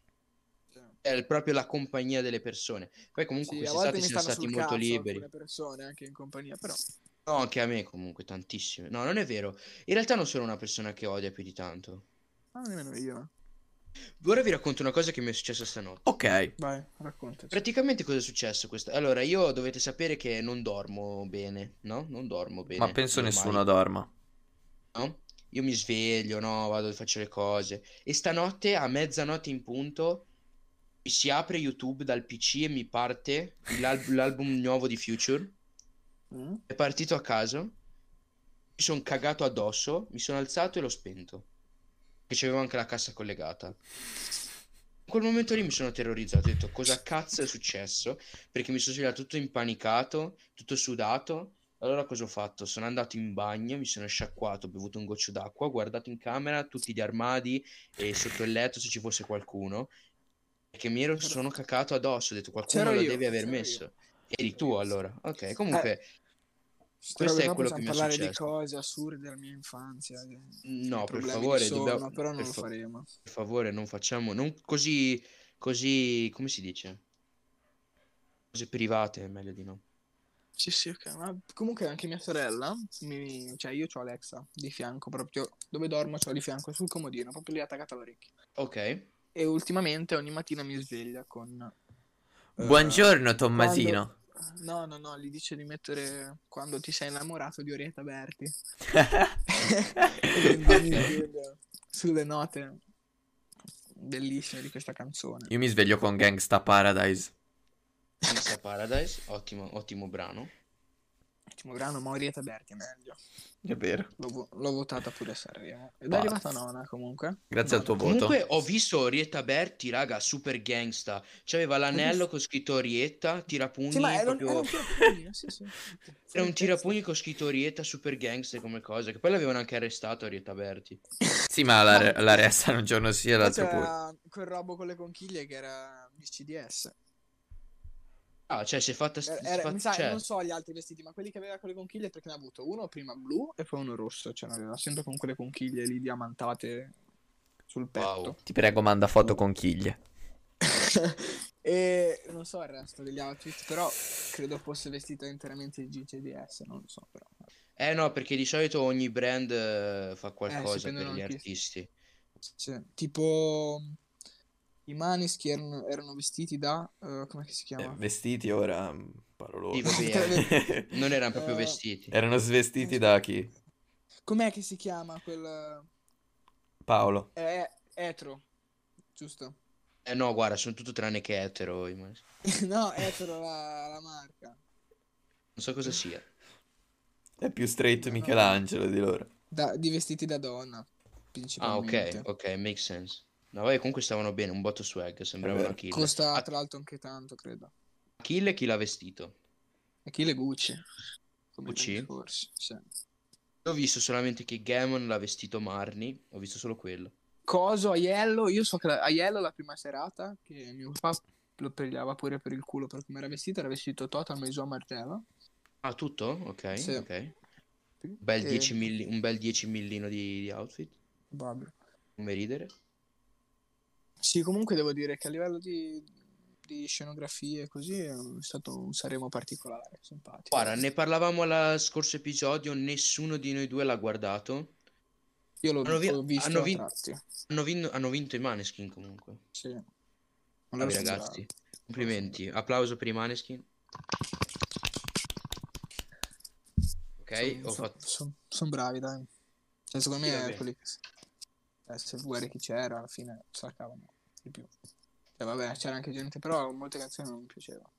Speaker 2: È il- proprio la compagnia delle persone. Poi, comunque,
Speaker 3: Sì, a volte
Speaker 2: quest'estate
Speaker 3: mi
Speaker 2: siamo
Speaker 3: stanno
Speaker 2: stati
Speaker 3: sul
Speaker 2: molto
Speaker 3: cazzo
Speaker 2: liberi.
Speaker 3: alcune persone anche in compagnia, però
Speaker 2: No, anche a me, comunque, tantissime. No, non è vero. In realtà, non sono una persona che odia più di tanto.
Speaker 3: non nemmeno io.
Speaker 2: Ora vi racconto una cosa che mi è successa stanotte.
Speaker 1: Ok.
Speaker 3: Vai, raccontaci.
Speaker 2: Praticamente cosa è successo questa? Allora, io dovete sapere che non dormo bene, no? Non dormo bene.
Speaker 1: Ma penso
Speaker 2: ormai.
Speaker 1: nessuno dorma.
Speaker 2: no? Io mi sveglio, no, vado e faccio le cose. E stanotte a mezzanotte in punto mi si apre YouTube dal PC e mi parte l'al- l'album nuovo di Future.
Speaker 3: Mm?
Speaker 2: È partito a caso. Mi sono cagato addosso, mi sono alzato e l'ho spento. Che c'avevo anche la cassa collegata. In quel momento lì mi sono terrorizzato, ho detto cosa cazzo è successo? Perché mi sono svegliato tutto impanicato, tutto sudato. Allora cosa ho fatto? Sono andato in bagno, mi sono sciacquato, ho bevuto un goccio d'acqua, ho guardato in camera tutti gli armadi e sotto il letto se ci fosse qualcuno. Perché mi ero, sono cacato addosso, ho detto qualcuno
Speaker 3: C'ero
Speaker 2: lo
Speaker 3: io, Eh,
Speaker 2: deve aver
Speaker 3: c'ero
Speaker 2: messo.
Speaker 3: io.
Speaker 2: Eri tu allora. Ok, comunque, questo è quello che mi è
Speaker 3: parlare di
Speaker 2: successo.
Speaker 3: cose assurde della mia infanzia. che-
Speaker 2: no, per
Speaker 3: problemi di
Speaker 2: favore,
Speaker 3: sonno,
Speaker 2: dobbiamo-
Speaker 3: però non
Speaker 2: per
Speaker 3: lo
Speaker 2: fa-
Speaker 3: faremo.
Speaker 2: per favore, non facciamo non così, così, come si dice? Cose private, meglio di no.
Speaker 3: Sì, sì, ok. Ma comunque anche mia sorella, mi- cioè io ho Alexa di fianco proprio dove dormo, c'ho di fianco sul comodino, proprio lì attaccata all'orecchio.
Speaker 2: Ok.
Speaker 3: E ultimamente ogni mattina mi sveglia con eh,
Speaker 1: Buongiorno, Tommasino.
Speaker 3: quando- No, no, no, gli dice di mettere quando ti sei innamorato di Orietta Berti. Sulle note bellissime di questa canzone.
Speaker 1: Io mi sveglio con Gangsta Paradise.
Speaker 2: Gangsta Paradise, ottimo, ottimo brano.
Speaker 3: Ottimo grano, ma Orietta Berti è meglio.
Speaker 1: È vero.
Speaker 3: L'ho, vo- l'ho votata pure a Sanremo. Ed è
Speaker 1: Pazzo.
Speaker 3: arrivata nona comunque.
Speaker 1: Grazie al tuo
Speaker 3: Nona.
Speaker 1: voto.
Speaker 2: Comunque ho visto Orietta Berti, raga, super gangsta. C'aveva l'anello con scritto Orietta, tirapugni,
Speaker 3: Sì, ma era,
Speaker 2: proprio...
Speaker 3: era un tirapugnino, sì, sì.
Speaker 2: era un tirapugni con scritto Orietta, super gangster come cosa, che poi l'avevano anche arrestato Orietta Berti.
Speaker 1: Sì, ma Cioè, la, re- la resta un giorno sì e
Speaker 3: Poi
Speaker 1: l'altro pure.
Speaker 3: c'era eh, quel robo con le conchiglie che era CDS.
Speaker 2: Ah, cioè si è fatta... si è fatta-
Speaker 3: mi sa,
Speaker 2: cioè,
Speaker 3: non so gli altri vestiti, ma quelli che aveva con le conchiglie perché ne ha avuto uno prima blu e poi uno rosso. Cioè, ne aveva sempre con quelle conchiglie lì diamantate sul
Speaker 2: Wow.
Speaker 3: petto.
Speaker 1: Ti prego, manda foto conchiglie.
Speaker 3: e non so il resto degli outfit, però credo fosse vestita interamente di GCDS. Non lo so, però.
Speaker 2: Eh no, perché di solito ogni brand eh, fa qualcosa per
Speaker 3: prendono
Speaker 2: gli
Speaker 3: anche-
Speaker 2: artisti.
Speaker 3: Cioè, tipo i Maneskin erano, erano vestiti da eh, come si chiama?
Speaker 1: vestiti ora, mm, parolone.
Speaker 2: Sì, va
Speaker 3: bene.
Speaker 2: Non erano proprio
Speaker 3: Eh,
Speaker 2: vestiti.
Speaker 1: Erano svestiti da chi?
Speaker 3: Com'è che si chiama quel
Speaker 1: Paolo.
Speaker 3: eh, etro? Giusto?
Speaker 2: Eh no, guarda, sono tutto tranne che etero. i Maneskin.
Speaker 3: no, etro la, la marca.
Speaker 2: Non so cosa sia.
Speaker 1: È più straight
Speaker 3: No.
Speaker 1: Michelangelo di loro.
Speaker 3: Da- di vestiti da donna,
Speaker 2: Ah,
Speaker 3: principalmente.
Speaker 2: ok, ok, make sense. No, vabbè, comunque stavano bene, un botto swag, sembravano
Speaker 1: vero.
Speaker 2: Achille.
Speaker 3: Costa
Speaker 2: Ah,
Speaker 3: tra l'altro anche tanto, credo.
Speaker 2: Achille chi l'ha vestito?
Speaker 3: E chi le Gucci? Come
Speaker 2: Gucci?
Speaker 3: l'anno scorso, sì.
Speaker 2: Io Ho visto solamente che Gammon l'ha vestito Marni, ho visto solo quello.
Speaker 3: Coso, Aiello, io so che la- Aiello la prima serata, che mio papà lo pigliava pure per il culo per come era vestito, era vestito Total Maison Margiela.
Speaker 2: Ah, tutto? Ok,
Speaker 3: Sì.
Speaker 2: ok. Bel
Speaker 3: E-
Speaker 2: 10 milli- un bel 10 millino di, di outfit,
Speaker 3: Vabbè.
Speaker 2: come ridere.
Speaker 3: Sì, comunque devo dire che a livello di, di scenografie e così è stato un Sanremo particolare, simpatico.
Speaker 2: Guarda, ne parlavamo al scorso episodio, nessuno di noi due l'ha guardato.
Speaker 3: Io l'ho
Speaker 2: hanno vi-
Speaker 3: l'ho visto
Speaker 2: hanno
Speaker 3: a
Speaker 2: vin-
Speaker 3: tratti,
Speaker 2: Hanno, vin- hanno vinto i Maneskin comunque.
Speaker 3: sì. Ma loro
Speaker 2: Bravi
Speaker 3: sono
Speaker 2: ragazzi,
Speaker 3: bravi.
Speaker 2: complimenti. Applauso per i Maneskin. Ok,
Speaker 3: Sono-
Speaker 2: eh, ho
Speaker 3: sono-
Speaker 2: fatto...
Speaker 3: sono- sono bravi, dai. Cioè, secondo
Speaker 2: Sì,
Speaker 3: me
Speaker 2: vabbè.
Speaker 3: quelli che- eh, se guardi chi c'era, alla fine staccavano di più. Cioè, vabbè, c'era anche gente, però molte canzoni non mi piacevano.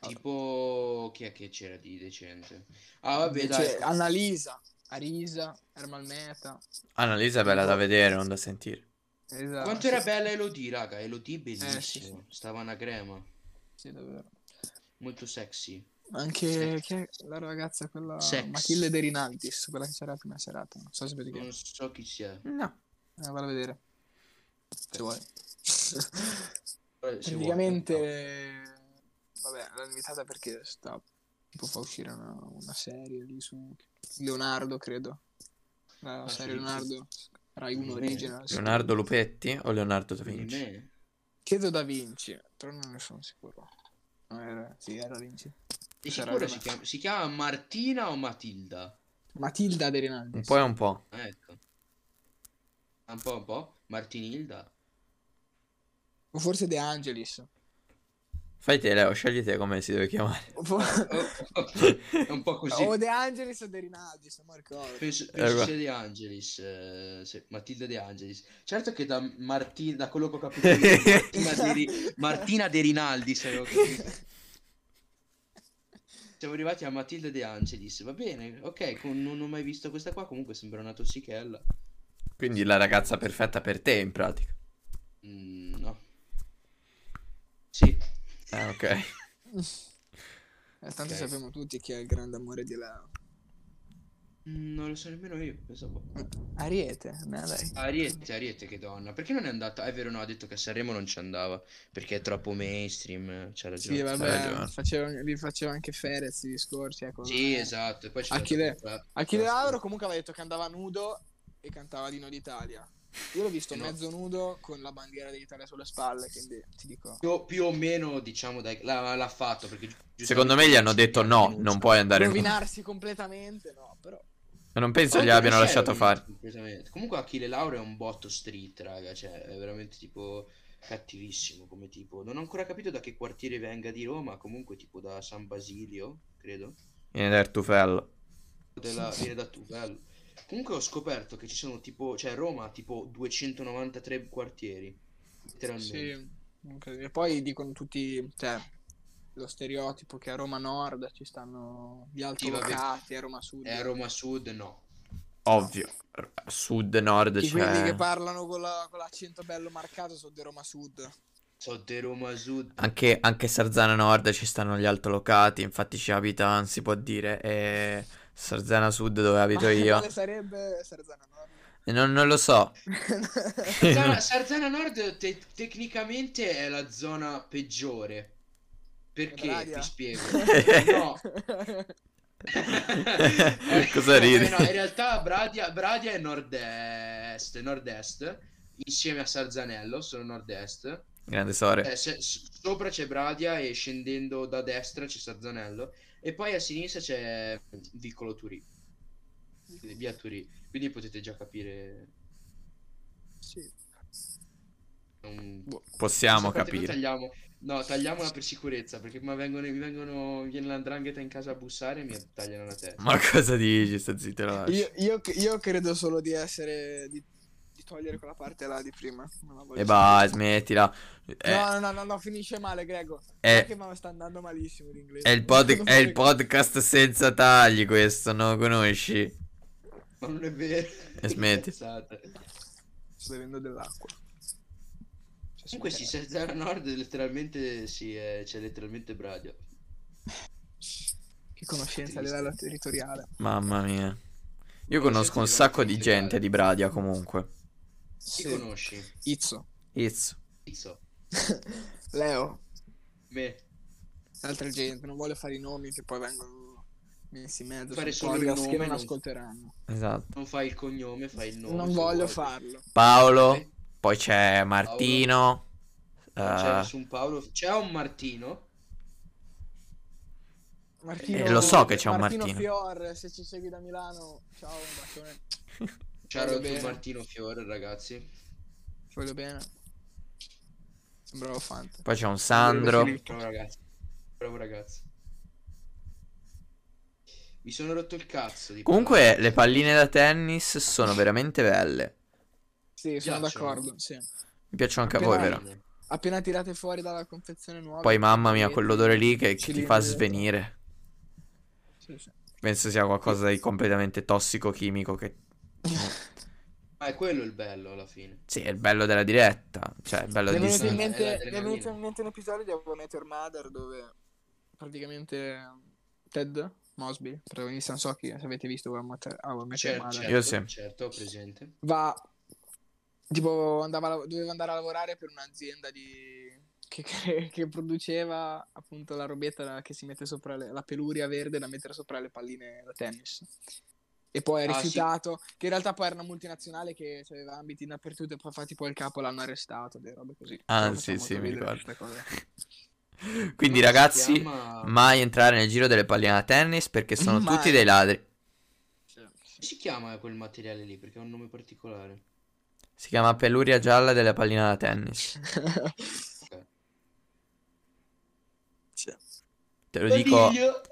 Speaker 2: Tipo, chi è che c'era di decente? Ah, vabbè, dai.
Speaker 3: Cioè, Annalisa, Arisa, Ermal Meta.
Speaker 1: Annalisa Ah, è bella da
Speaker 3: Boh.
Speaker 1: vedere, non da sentire.
Speaker 3: Esatto.
Speaker 2: Quanto era bella Elodie, raga. Elodie bellissima.
Speaker 3: Eh, sì,
Speaker 2: Stava una crema.
Speaker 3: Sì, davvero.
Speaker 2: Molto sexy.
Speaker 3: Anche chi è la ragazza, quella
Speaker 2: Sex.
Speaker 3: Machille De Rinaldis, quella che c'era la prima serata. Non so se vedi che.
Speaker 2: Non so chi sia.
Speaker 1: No.
Speaker 3: Eh, vado a vedere. Se vuoi.
Speaker 2: però se vuoi,
Speaker 3: Praticamente,
Speaker 2: no.
Speaker 3: vabbè, l'ho invitata perché sta tipo fa uscire una, una serie lì su Leonardo, credo. La
Speaker 2: Ah,
Speaker 3: serie
Speaker 2: sì, sì.
Speaker 3: Leonardo, Rai 1
Speaker 2: Mm.
Speaker 3: Original. sì.
Speaker 1: Leonardo Lupetti o Leonardo da
Speaker 2: Quindi
Speaker 1: Vinci?
Speaker 2: me?
Speaker 3: Credo Da Vinci, però non ne sono sicuro. No, era, sì, era Da Vinci.
Speaker 2: Di
Speaker 3: Sarà
Speaker 2: sicuro
Speaker 3: da
Speaker 2: si
Speaker 3: me.
Speaker 2: chiama, si chiama Martina o Matilda?
Speaker 3: Matilda De Rinaldi.
Speaker 1: Un po' e un po'.
Speaker 2: Ah, Ecco. Un po', un po'. Martinilda.
Speaker 3: O forse De Angelis.
Speaker 1: Fai te, Leo, scegli te come si deve chiamare.
Speaker 3: O, fo-
Speaker 2: Oh, È un po' così.
Speaker 3: o De Angelis o De Rinaldi, se non ricordo.
Speaker 2: Penso,
Speaker 1: Eh,
Speaker 2: penso
Speaker 1: va.
Speaker 2: sia De Angelis, eh, se- Matilda De Angelis. Certo che da, Marti- da quello che ho capito io, Martina, De Ri- Martina De Rinaldi, se avevo capito. Siamo arrivati a Matilda De Angelis, va bene, ok, con- non ho mai visto questa qua, comunque sembra una tossichella.
Speaker 1: Quindi la ragazza perfetta per te, in pratica.
Speaker 2: Mm, no. Sì,
Speaker 1: Ah, ok.
Speaker 3: Eh, tanto
Speaker 2: Ok.
Speaker 3: sappiamo tutti chi è il grande amore di Leo.
Speaker 2: Mm, Non lo so nemmeno io, pensavo.
Speaker 3: Ariete, no, dai.
Speaker 2: Ariete, Ariete, che donna. Perché non è andata? È vero, no, ha detto che a Sanremo non ci andava. Perché è troppo mainstream. C'ha ragione.
Speaker 3: Sì,
Speaker 1: hai
Speaker 3: vabbè,
Speaker 1: ragione.
Speaker 3: faceva, li faceva anche Ferez i discorsi. Ecco.
Speaker 2: Sì, esatto. E poi c'è
Speaker 3: Achille-
Speaker 2: stato-
Speaker 3: Achille Lauro comunque aveva detto che andava nudo e cantava Dino d'Italia. Io l'ho visto
Speaker 2: No.
Speaker 3: mezzo nudo con la bandiera dell'Italia sulle spalle, quindi ti dico.
Speaker 2: Più, più o meno, diciamo, dai, l'ha, l'ha fatto. Perché gi-
Speaker 1: Secondo me gli hanno detto no, non puoi andare in...
Speaker 3: Rovinarsi completamente, no, però.
Speaker 1: Ma Non penso
Speaker 2: Anche
Speaker 1: gli abbiano
Speaker 2: Michele
Speaker 1: lasciato
Speaker 2: lo
Speaker 1: fare.
Speaker 2: dice, completamente. Comunque Achille Lauro è un botto street, raga, cioè è veramente tipo cattivissimo come tipo. Non ho ancora capito da che quartiere venga di Roma, comunque tipo da San Basilio, credo.
Speaker 1: Viene dal tufello.
Speaker 2: Della, viene da Tuvello. Comunque ho scoperto che ci sono tipo, cioè Roma ha tipo 293 quartieri, letteralmente.
Speaker 3: Sì. incredibile. E poi dicono tutti, cioè, lo stereotipo che a Roma Nord ci stanno gli altolocati, a Roma Sud.
Speaker 2: E eh, a Roma Sud no.
Speaker 1: Ovvio. R- Sud, nord,
Speaker 3: Tutti quelli che
Speaker 1: c'è...
Speaker 3: parlano con, la- con l'accento bello marcato sono di Roma Sud.
Speaker 2: So de Roma Sud.
Speaker 1: Anche, anche Sarzana Nord ci stanno gli altolocati, infatti ci abita, non si può dire, e Sarzana Sud dove abito
Speaker 3: Ma-
Speaker 1: io.
Speaker 3: Quale sarebbe Sarzana
Speaker 1: Non, non lo so.
Speaker 3: Nord?
Speaker 2: Sarzana, Sarzana Nord te- tecnicamente è la zona peggiore. Perché?
Speaker 3: Bradia.
Speaker 2: Ti spiego. No,
Speaker 1: Cosa ridi?
Speaker 2: Eh, no, in realtà Bradia, Bradia è nord-est, nord-est, insieme a Sarzanello, sono nord-est.
Speaker 1: Grande sore.
Speaker 2: Eh, se- s- sopra c'è Bradia e scendendo da destra c'è Sarzanello. E poi a sinistra c'è Vicolo Turì, via Turì. Quindi potete già capire...
Speaker 3: Sì.
Speaker 2: non-
Speaker 3: Boh.
Speaker 1: Possiamo
Speaker 2: Sapete, noi
Speaker 1: capire.
Speaker 2: Tagliamo... No, tagliamola per sicurezza, perché come vengono, mi vengono, viene l'andrangheta in casa a bussare e mi tagliano la testa.
Speaker 1: Ma cosa dici? Sta zitto e la lasci.
Speaker 3: Io, io- io credo solo di essere. di, di togliere quella parte là di prima. Non la voglio
Speaker 1: E
Speaker 3: sapere.
Speaker 1: vai, smettila. Eh, È,
Speaker 3: No, no, no, no, no, finisce male, Grego.
Speaker 1: è-
Speaker 3: Perché ma sta andando malissimo l'inglese.
Speaker 1: eh, è il pod-
Speaker 3: Non
Speaker 1: è il
Speaker 3: so
Speaker 1: podcast senza tagli questo, non lo conosci?
Speaker 2: Ma non è vero.
Speaker 1: E Eh, smetti.
Speaker 2: Cazzate.
Speaker 3: perché. Sto bevendo dell'acqua. Cioè,
Speaker 2: Comunque sì,
Speaker 3: sono-
Speaker 2: Sarzana Nord letteralmente sì, eh, c'è letteralmente Bradio.
Speaker 3: Che conoscenza a
Speaker 2: Triste.
Speaker 3: livello territoriale.
Speaker 1: Mamma mia. Io
Speaker 2: Non
Speaker 1: conosco
Speaker 2: so
Speaker 1: un
Speaker 2: se
Speaker 1: sacco
Speaker 2: veramente
Speaker 1: di
Speaker 2: integrale.
Speaker 1: gente di Bradia comunque.
Speaker 2: Chi conosci?
Speaker 3: Izzo.
Speaker 1: Izzo.
Speaker 2: Izzo,
Speaker 3: Leo.
Speaker 2: me.
Speaker 3: Altra gente, non voglio fare i nomi che poi vengono messi in mezzo.
Speaker 2: Fare
Speaker 3: sul
Speaker 2: solo il
Speaker 3: podcast che
Speaker 2: nome, non-
Speaker 3: non ascolteranno.
Speaker 1: Esatto.
Speaker 2: Non fai il cognome, fai il nome.
Speaker 3: non
Speaker 2: se
Speaker 3: voglio
Speaker 2: vuoi.
Speaker 3: farlo.
Speaker 1: Paolo,
Speaker 2: Eh,
Speaker 1: poi c'è Martino.
Speaker 2: non c'è
Speaker 1: eh,
Speaker 2: nessun Paolo. C'è un Martino.
Speaker 3: Martino,
Speaker 1: Eh, lo so che c'è un Martino.
Speaker 3: Fior, se ci segui da Milano, ciao, un bacione.
Speaker 2: C'è
Speaker 3: Voglio
Speaker 2: un
Speaker 3: bene.
Speaker 2: Martino Fiore, ragazzi.
Speaker 3: Ti voglio bene. Sembravo Fanta.
Speaker 1: poi c'è un Sandro.
Speaker 3: Filippo.
Speaker 2: Bravo ragazzi. Bravo ragazzi. Mi sono rotto il cazzo. di
Speaker 1: Comunque
Speaker 2: parlare.
Speaker 1: le palline da tennis sono veramente belle.
Speaker 3: Sì, sono
Speaker 2: Piacciono.
Speaker 3: d'accordo, sì.
Speaker 1: Mi piacciono anche a voi,
Speaker 3: Però-
Speaker 1: vero?
Speaker 3: Appena tirate fuori dalla confezione nuova.
Speaker 1: Poi mamma mia, quell'odore lì che, che ti fa
Speaker 3: Cilindri.
Speaker 1: svenire.
Speaker 3: Sì, sì.
Speaker 1: Penso sia qualcosa di completamente tossico-chimico che...
Speaker 2: Ah, è quello il bello alla fine.
Speaker 1: Sì, è il bello della diretta. Cioè, il bello
Speaker 3: Mi è
Speaker 1: di...
Speaker 3: venuto in
Speaker 2: Disney. Eh,
Speaker 3: mente, mi è
Speaker 2: l'adrenalina.
Speaker 3: venuto in mente un episodio di Abonet Your Mother dove praticamente Ted Mosby, protagonista, non so chi, se avete visto Abonet Your
Speaker 2: Certo,
Speaker 3: Mother,
Speaker 2: certo,
Speaker 1: Io sì.
Speaker 2: certo, ho presente.
Speaker 3: va tipo andava a lav- doveva andare a lavorare per un'azienda di che, che- che produceva appunto la robetta da- che si mette sopra le- la peluria verde da mettere sopra le palline da tennis e poi è
Speaker 2: Ah, sì.
Speaker 3: rifiutato che in realtà poi era una multinazionale che cioè, aveva ambiti dappertutto e poi infatti poi il capo l'hanno arrestato delle robe così
Speaker 1: Ah,
Speaker 3: Però
Speaker 1: sì,
Speaker 3: facciamo
Speaker 1: sì, mi
Speaker 3: ridere
Speaker 1: ricordo.
Speaker 3: questa cosa.
Speaker 1: Quindi
Speaker 2: Come si
Speaker 1: ragazzi,
Speaker 2: chiama-
Speaker 1: mai entrare nel giro delle palline da tennis perché sono
Speaker 3: Mai.
Speaker 1: tutti dei ladri.
Speaker 3: Sì, sì.
Speaker 2: Come si chiama quel materiale lì? Perché ha un nome particolare.
Speaker 1: Si chiama peluria gialla della pallina da tennis.
Speaker 2: Ok.
Speaker 3: Sì.
Speaker 1: Te lo dico,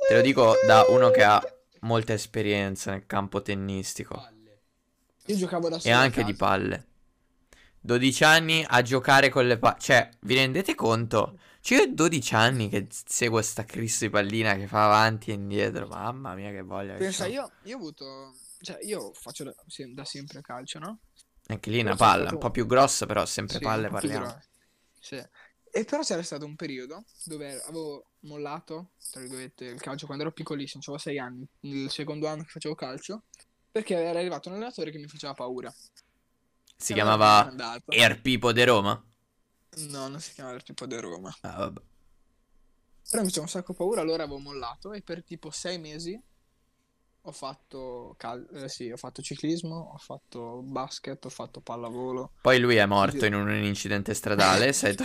Speaker 1: te lo dico da uno che ha Ecco. molta esperienza nel campo tennistico
Speaker 2: Palle.
Speaker 3: io giocavo da
Speaker 1: e
Speaker 3: solo a
Speaker 1: anche di
Speaker 3: casa.
Speaker 1: palle. 12 anni a giocare con le palle. Cioè, vi rendete conto? Cioè, io ho 12 anni che seguo sta Cristo di pallina che fa avanti e indietro. Mamma mia, che voglia. che
Speaker 3: pensa
Speaker 1: c'ho.
Speaker 3: io, io ho avuto cioè io faccio da, sem- da sempre calcio no
Speaker 1: Anche lì è una
Speaker 3: Però sono
Speaker 1: palla, un
Speaker 3: stato-
Speaker 1: po' più grossa, però sempre
Speaker 3: Sì,
Speaker 1: palle
Speaker 3: un po' più
Speaker 1: parliamo.
Speaker 3: grande. Sì. E però c'era stato un periodo dove avevo mollato, tra virgolette, il calcio quando ero piccolissimo, avevo 6 anni, nel secondo anno che facevo calcio, perché era arrivato un allenatore che mi faceva paura.
Speaker 1: Si
Speaker 3: E allora
Speaker 1: chiamava
Speaker 3: sono andato.
Speaker 1: Air Pipo de Roma.
Speaker 3: No, non si chiamava il tipo di Roma.
Speaker 1: Ah, vabbè.
Speaker 3: Però mi faceva un sacco paura, allora avevo mollato e per tipo sei mesi ho fatto, cal- eh, sì, ho fatto ciclismo, ho fatto basket, ho fatto pallavolo.
Speaker 1: Poi lui è morto in un incidente stradale. sei to-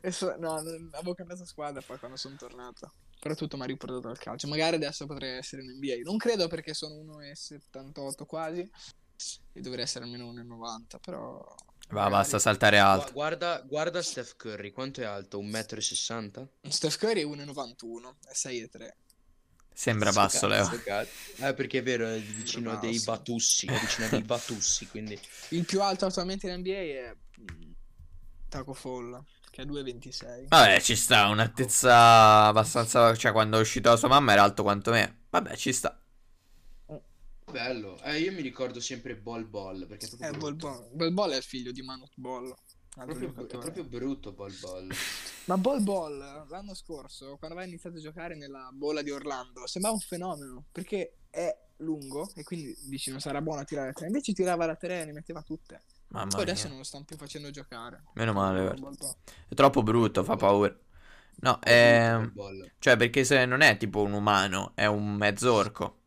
Speaker 3: E so- no, non- avevo cambiato squadra poi quando sono tornato. Però tutto mi ha riportato al calcio. Magari adesso potrei essere in NBA. Non credo perché sono 1,78 quasi e dovrei essere almeno 1,90. Però
Speaker 1: Va, basta saltare
Speaker 2: Gua-
Speaker 1: alto.
Speaker 2: Guarda, guarda Steph Curry, quanto è alto? 1,60 m?
Speaker 3: Steph Curry è 1,91 è 6,3.
Speaker 1: Sembra basso, Leo.
Speaker 2: Eh, perché è vero, è vicino a dei
Speaker 3: Basso.
Speaker 2: Batussi, è vicino a dei Batussi, quindi...
Speaker 3: Il più alto attualmente in NBA è mm, Taco Fall, che è 2,26.
Speaker 1: Vabbè, ci sta, un'altezza abbastanza... Cioè, quando è uscito la sua mamma era alto quanto me. Vabbè, ci sta.
Speaker 2: Bello, eh, io mi ricordo sempre Bol Bol, perché è proprio
Speaker 3: Eh, Bol
Speaker 2: brutto.
Speaker 3: Bol. Bol Bol è il figlio di Manut Bol. altro
Speaker 2: Proprio- è
Speaker 3: giocatore.
Speaker 2: proprio brutto Bol Bol.
Speaker 3: Ma Bol Bol l'anno scorso, quando aveva iniziato a giocare nella bolla di Orlando, sembrava un fenomeno perché è lungo e quindi dici non sarà buono a tirare a tre. Invece tirava la tre e ne metteva tutte.
Speaker 1: Mamma
Speaker 3: Poi adesso
Speaker 1: mia.
Speaker 3: non lo stanno più facendo giocare.
Speaker 1: Meno male, guarda.
Speaker 3: Bol Bol.
Speaker 1: È troppo brutto, fa paura. No,
Speaker 2: È brutto
Speaker 1: ehm...
Speaker 2: Bol Bol.
Speaker 1: Cioè, perché se non è tipo un umano, è un mezzo orco.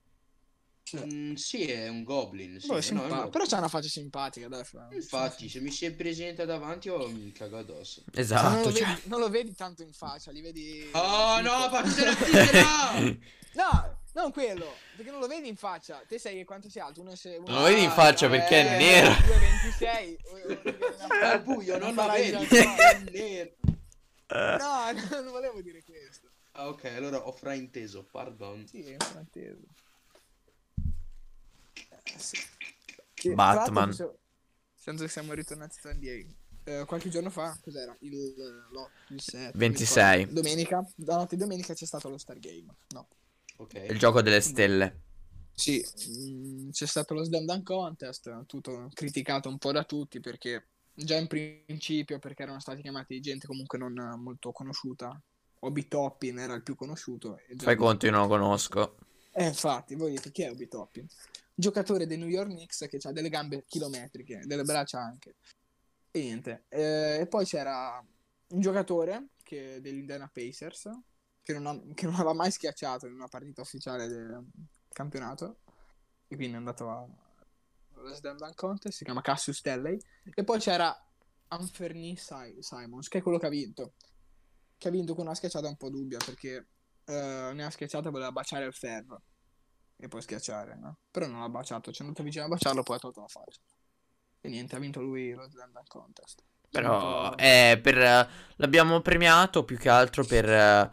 Speaker 2: Mm, sì, è un goblin, sì,
Speaker 3: Boh, è
Speaker 2: no,
Speaker 3: simpa-
Speaker 2: no,
Speaker 3: Però c'ha una faccia simpatica, dai. Cioè, fra-
Speaker 2: Infatti, se mi si presenta davanti, oh, mi cago addosso.
Speaker 3: Ma non,
Speaker 1: Esatto,
Speaker 3: lo
Speaker 1: cioè...
Speaker 3: vedi, non lo vedi tanto in faccia, li vedi.
Speaker 2: Oh, no, faccio la
Speaker 3: No, non quello, perché non lo vedi in faccia. Te sei quanto sei alto? Uno se- Eh,
Speaker 1: Non lo vedi in faccia perché è nero.
Speaker 3: 2,26. o- o-
Speaker 2: Al buio, non lo
Speaker 3: farai
Speaker 2: vedi,
Speaker 3: giocare.
Speaker 2: è nero.
Speaker 3: No, no, non volevo dire questo.
Speaker 2: Ah, ok, allora ho frainteso, pardon.
Speaker 3: Sì, è in francese. Eh, sì. Che, tra
Speaker 1: Batman.
Speaker 3: l'altro, se- Sento che siamo ritornati su NBA. Eh, qualche giorno fa, cos'era? Il, no, il 7,
Speaker 1: 26.
Speaker 3: Domenica, la notte di domenica c'è stato lo Star Game. No.
Speaker 2: Ok.
Speaker 1: eh, Il gioco delle stelle.
Speaker 3: Sì, mm, c'è stato lo Slam Dunk Contest, tutto criticato un po' da tutti perché già in principio perché erano stati chiamati gente comunque non molto conosciuta. Obi Toppin era il più conosciuto. e già-
Speaker 1: Fai conto, io non lo conosco.
Speaker 3: Eh, infatti, voi dite chi è Obi Toppin? Giocatore dei New York Knicks che ha delle gambe chilometriche, delle braccia anche. E niente. Eh, e poi c'era un giocatore che, degli Indiana Pacers che non, ha- che non aveva mai schiacciato in una partita ufficiale del campionato. E quindi è andato a alla Slam Dunk Contest, si chiama Cassius Stanley. E poi c'era Anferni Si- Simons, che è quello che ha vinto. Che ha vinto con una schiacciata un po' dubbia perché eh, ne ha schiacciata voleva baciare il ferro e poi schiacciare, no? Però non l'ha baciato, c'è andato vicino a baciarlo, poi ha tolto la faccia. E niente, ha vinto lui lo Slam Dunk Contest.
Speaker 1: Però
Speaker 3: Sono-
Speaker 1: eh, per, eh, l'abbiamo premiato più che altro per, eh,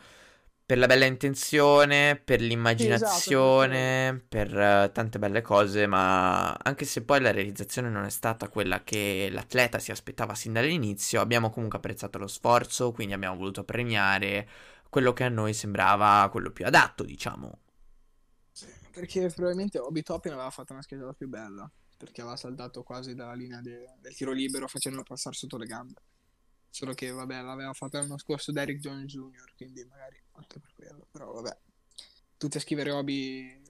Speaker 1: per la bella intenzione, per l'immaginazione, per eh, tante belle cose, ma anche se poi la realizzazione non è stata quella che l'atleta si aspettava sin dall'inizio, abbiamo comunque apprezzato lo sforzo, quindi abbiamo voluto premiare quello che a noi sembrava quello più adatto, diciamo.
Speaker 3: Perché probabilmente Obi Toppin aveva fatto una schiacciata più bella, perché aveva saldato quasi dalla linea de- del tiro libero facendolo passare sotto le gambe. Solo che vabbè, l'aveva fatto l'anno scorso Derrick Jones Jr., quindi magari anche per quello, però vabbè. Tutti a scrivere Obi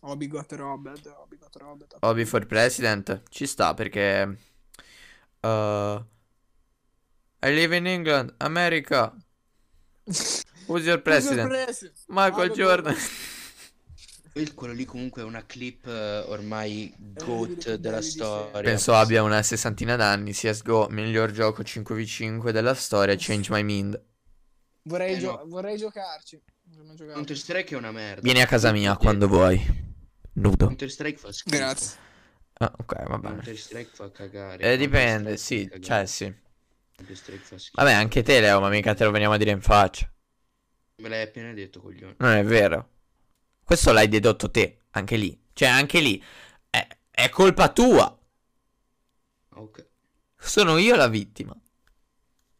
Speaker 3: Obi got robbed, Obi got robbed.
Speaker 1: Hobby for President ci sta perché uh, I live in England, America, who's your president?
Speaker 3: President.
Speaker 1: Michael
Speaker 3: Michael
Speaker 1: Jordan.
Speaker 2: Quel- Quello lì comunque è una clip eh, ormai
Speaker 3: È uno dei
Speaker 2: GOAT
Speaker 3: più
Speaker 2: della
Speaker 3: belli di
Speaker 2: storia.
Speaker 3: sempre.
Speaker 1: Penso abbia una sessantina d'anni, CSGO, miglior gioco 5v5 della storia, Change My Mind.
Speaker 3: Vorrei,
Speaker 2: Eh,
Speaker 3: gio-
Speaker 2: no.
Speaker 3: vorrei giocarci. Vorremmo giocare.
Speaker 2: Counter Strike è una merda.
Speaker 1: Vieni a casa mia quando vuoi. Nudo.
Speaker 2: Counter Strike fa schifo.
Speaker 3: Grazie.
Speaker 1: Ah, ok, va bene.
Speaker 2: Counter Strike fa cagare.
Speaker 1: Eh, dipende,
Speaker 2: Counter-Strike
Speaker 1: sì,
Speaker 2: fa
Speaker 1: cioè
Speaker 2: cagare,
Speaker 1: sì.
Speaker 2: Counter Strike fa schifo.
Speaker 1: Vabbè, anche te Leo, ma mica te lo veniamo a dire in faccia.
Speaker 2: Me l'hai appena detto, coglione.
Speaker 1: Non è vero. Questo l'hai dedotto te, anche lì. Cioè, anche lì. È, è colpa tua.
Speaker 2: Ah, Ok.
Speaker 1: Sono io la vittima.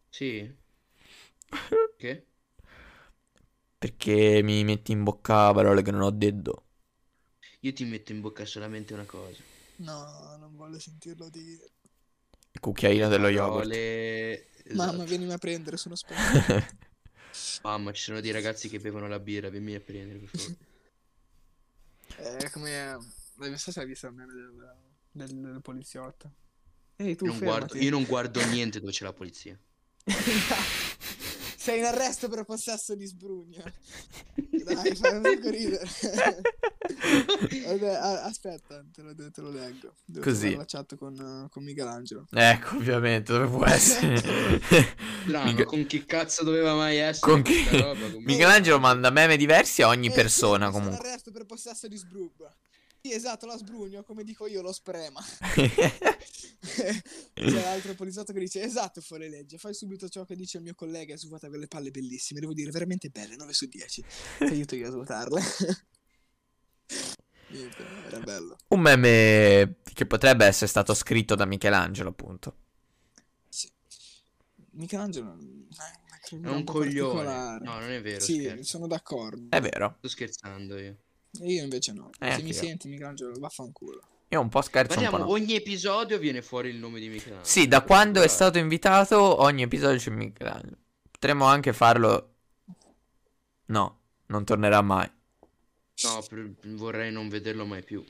Speaker 2: Sì. Che?
Speaker 1: Perché mi metti in bocca parole che non ho detto.
Speaker 2: Io ti metto in bocca solamente una cosa.
Speaker 3: No, non voglio sentirlo dire.
Speaker 1: cucchiaino dello yogurt.
Speaker 2: Parole...
Speaker 3: Mamma,
Speaker 2: esatto.
Speaker 3: vienimi a prendere, sono spaventato.
Speaker 2: Mamma, ci sono dei ragazzi che bevono la birra, vieni a prendere, per favore.
Speaker 3: Eh, È come... L'hai visto se l'hai visto il meme del, del, del poliziotto? Ehi, tu
Speaker 2: Non guardo-
Speaker 3: fermati.
Speaker 2: io non guardo niente dove c'è la polizia.
Speaker 3: Sei in arresto per possesso di sbrugna. Dai, fai un po' ridere. Vabbè, a- aspetta, te lo, te lo leggo. Devo
Speaker 1: Così.
Speaker 3: fare la chat con, eh, con Michelangelo.
Speaker 1: Ecco, ovviamente, dove può essere?
Speaker 2: Strano,
Speaker 1: Mica-
Speaker 2: con chi cazzo doveva mai essere
Speaker 1: Con
Speaker 2: questa
Speaker 1: chi-
Speaker 2: roba, con-
Speaker 1: Michelangelo manda meme diversi a ogni
Speaker 3: Ehi,
Speaker 1: persona,
Speaker 3: fermi,
Speaker 1: comunque.
Speaker 3: Sono Eh, in arresto per possesso di sbrugna. Sì, esatto, la sbrugno, come dico io, lo sprema. C'è l'altro poliziotto che dice: Esatto, fuori legge, fai subito ciò che dice il mio collega. È svuota quelle palle bellissime. Devo dire, veramente belle, 9 su 10. Ti aiuto io a svuotarle. Niente, era bello.
Speaker 1: Un meme che potrebbe essere stato scritto da Michelangelo, appunto.
Speaker 3: Sì. Michelangelo è una
Speaker 2: È
Speaker 3: criminalità
Speaker 2: un coglione.
Speaker 3: particolare.
Speaker 2: No, non è vero,
Speaker 3: sì,
Speaker 2: scherzo.
Speaker 3: sono d'accordo.
Speaker 1: È vero.
Speaker 2: Sto scherzando io.
Speaker 3: E io invece no.
Speaker 1: Eh,
Speaker 3: Se mi
Speaker 1: anch'io.
Speaker 3: senti, Michelangelo, vaffanculo.
Speaker 1: Io un po' scherzo, un po' no.
Speaker 2: Parliamo, ogni episodio viene fuori il nome di Michelangelo.
Speaker 1: Sì, da quando è
Speaker 2: Guarda.
Speaker 1: stato invitato, ogni episodio c'è Michelangelo. Potremmo anche farlo. No, non tornerà mai.
Speaker 2: No, per- vorrei non vederlo mai più.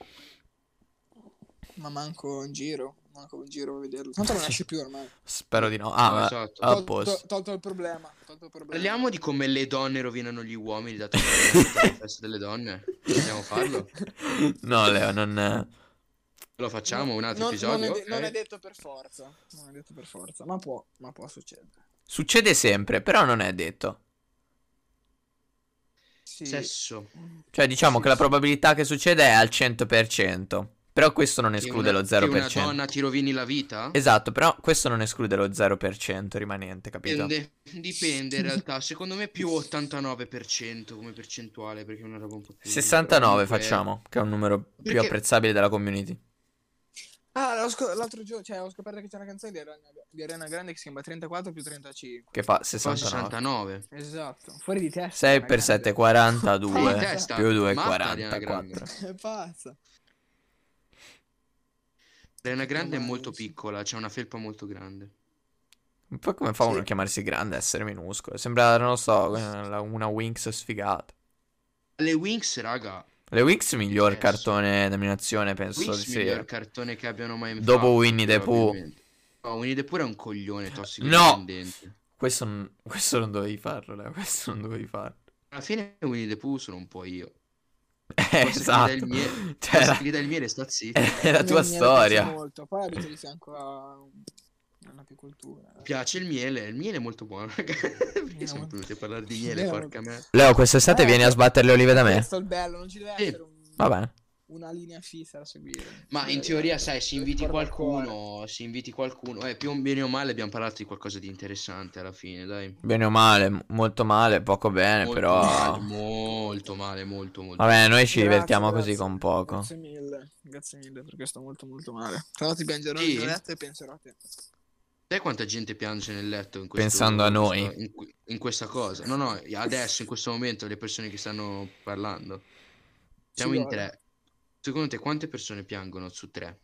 Speaker 3: Ma manco in giro. Manco in giro a vederlo. Tanto non esce più ormai.
Speaker 1: Spero di no. Ah,
Speaker 2: No,
Speaker 1: ma-
Speaker 2: esatto.
Speaker 1: ah,
Speaker 3: Tolto-
Speaker 1: posso.
Speaker 3: tolto il problema. Tolto il problema.
Speaker 2: Parliamo di come le donne rovinano gli uomini dato che è la festa delle donne. Vogliamo farlo?
Speaker 1: No, Leo, non.
Speaker 2: Lo facciamo un altro
Speaker 3: Non-
Speaker 2: episodio?
Speaker 3: Non è, de-
Speaker 2: Ok.
Speaker 3: non è detto per forza. Non è detto per forza, ma può, ma può succedere.
Speaker 1: Succede sempre, però non è detto.
Speaker 3: Sì.
Speaker 2: Sesso.
Speaker 1: Cioè, diciamo
Speaker 3: Sì,
Speaker 1: che la
Speaker 3: sì.
Speaker 1: probabilità che succeda è al 100%. Però questo non
Speaker 2: Che
Speaker 1: esclude
Speaker 2: una-
Speaker 1: lo 0%.
Speaker 2: Che una donna ti rovini la vita?
Speaker 1: Esatto, però questo non esclude lo 0% rimanente, capito?
Speaker 2: Dipende, dipende in realtà, secondo me più 89% come percentuale perché è una roba un po' più...
Speaker 1: 69
Speaker 2: comunque-
Speaker 1: facciamo, che è un numero più
Speaker 2: Perché-
Speaker 1: apprezzabile della community.
Speaker 3: Ah, l'ho scop- l'altro giorno, cioè, ho scoperto che c'è una canzone di Ariana, di Ariana Grande che si chiama 34 più 35.
Speaker 1: Che fa
Speaker 2: Fa
Speaker 1: 69.
Speaker 2: 69.
Speaker 3: Esatto, fuori di testa.
Speaker 1: 6 per
Speaker 3: ragazzi.
Speaker 1: 7
Speaker 3: Fuori
Speaker 1: 42
Speaker 3: di
Speaker 2: testa.
Speaker 1: più 2
Speaker 2: Matta Ariana Grande.
Speaker 1: 44.
Speaker 3: È pazza.
Speaker 2: Ariana Grande è
Speaker 3: Male,
Speaker 2: molto
Speaker 3: sì.
Speaker 2: piccola, c'è una felpa molto grande.
Speaker 1: Un po' come fa uno a
Speaker 3: Sì.
Speaker 1: chiamarsi grande, a essere minuscolo. Sembra, non lo so, eh, la- una Winx sfigata.
Speaker 2: Le Winx, raga,
Speaker 1: Le Winx miglior
Speaker 2: Yes.
Speaker 1: cartone d'animazione, penso
Speaker 2: Winx
Speaker 1: di sì.
Speaker 2: miglior cartone che abbiano mai fatto.
Speaker 1: Dopo Winnie the Pooh.
Speaker 2: probabilmente. No, Winnie the Pooh era un coglione tossico
Speaker 1: No!
Speaker 2: dipendente.
Speaker 1: Questo, non- questo non dovevi farlo, Leo, questo non dovevi farlo.
Speaker 2: Alla fine Winnie the Pooh sono un po' io.
Speaker 1: Eh,
Speaker 2: Forse grida
Speaker 1: esatto.
Speaker 2: il
Speaker 1: Cioè,
Speaker 2: miele- Posso
Speaker 1: era-
Speaker 2: gridare il miele, sta zitto. Mi
Speaker 1: è la
Speaker 3: Mi-
Speaker 1: tua
Speaker 3: mi
Speaker 1: storia.
Speaker 3: piace molto. Poi abito di fianco a una apicoltura.
Speaker 1: Eh.
Speaker 2: piace il miele, il miele è molto buono, raga. Perché siamo
Speaker 3: molto-
Speaker 2: venuti a parlare di miele,
Speaker 3: Miele è
Speaker 2: porca me.
Speaker 1: Leo, quest'estate
Speaker 3: Eh,
Speaker 1: vieni a sbattere le olive da me.
Speaker 3: Questo è il bello, non ci deve
Speaker 2: Sì.
Speaker 3: essere un-
Speaker 1: Va bene.
Speaker 3: una linea fissa da seguire. Eh,
Speaker 2: Ma in teoria, sai, se inviti
Speaker 3: Porta al cuore.
Speaker 2: qualcuno, se inviti qualcuno, eh, più o meno male abbiamo parlato di qualcosa di interessante alla fine, dai.
Speaker 1: Bene o male, m- molto male, poco bene,
Speaker 2: Molto
Speaker 1: Eh, però...
Speaker 2: male, molto male, molto, molto.
Speaker 1: Vabbè, noi ci
Speaker 3: Grazie,
Speaker 1: divertiamo
Speaker 3: grazie.
Speaker 1: così con poco.
Speaker 3: Grazie mille, grazie mille perché sto molto molto male. Però ti piangerò
Speaker 2: Sì?
Speaker 3: in diretta e penserò a te.
Speaker 2: Sai quanta gente piange nel letto in questo-
Speaker 1: Pensando a
Speaker 2: in
Speaker 1: noi.
Speaker 2: questo- in, que- in questa cosa. No, no, adesso, in questo momento, le persone che stanno parlando. Siamo
Speaker 3: Sì,
Speaker 2: in
Speaker 3: guarda.
Speaker 2: tre. Secondo te quante persone piangono su tre?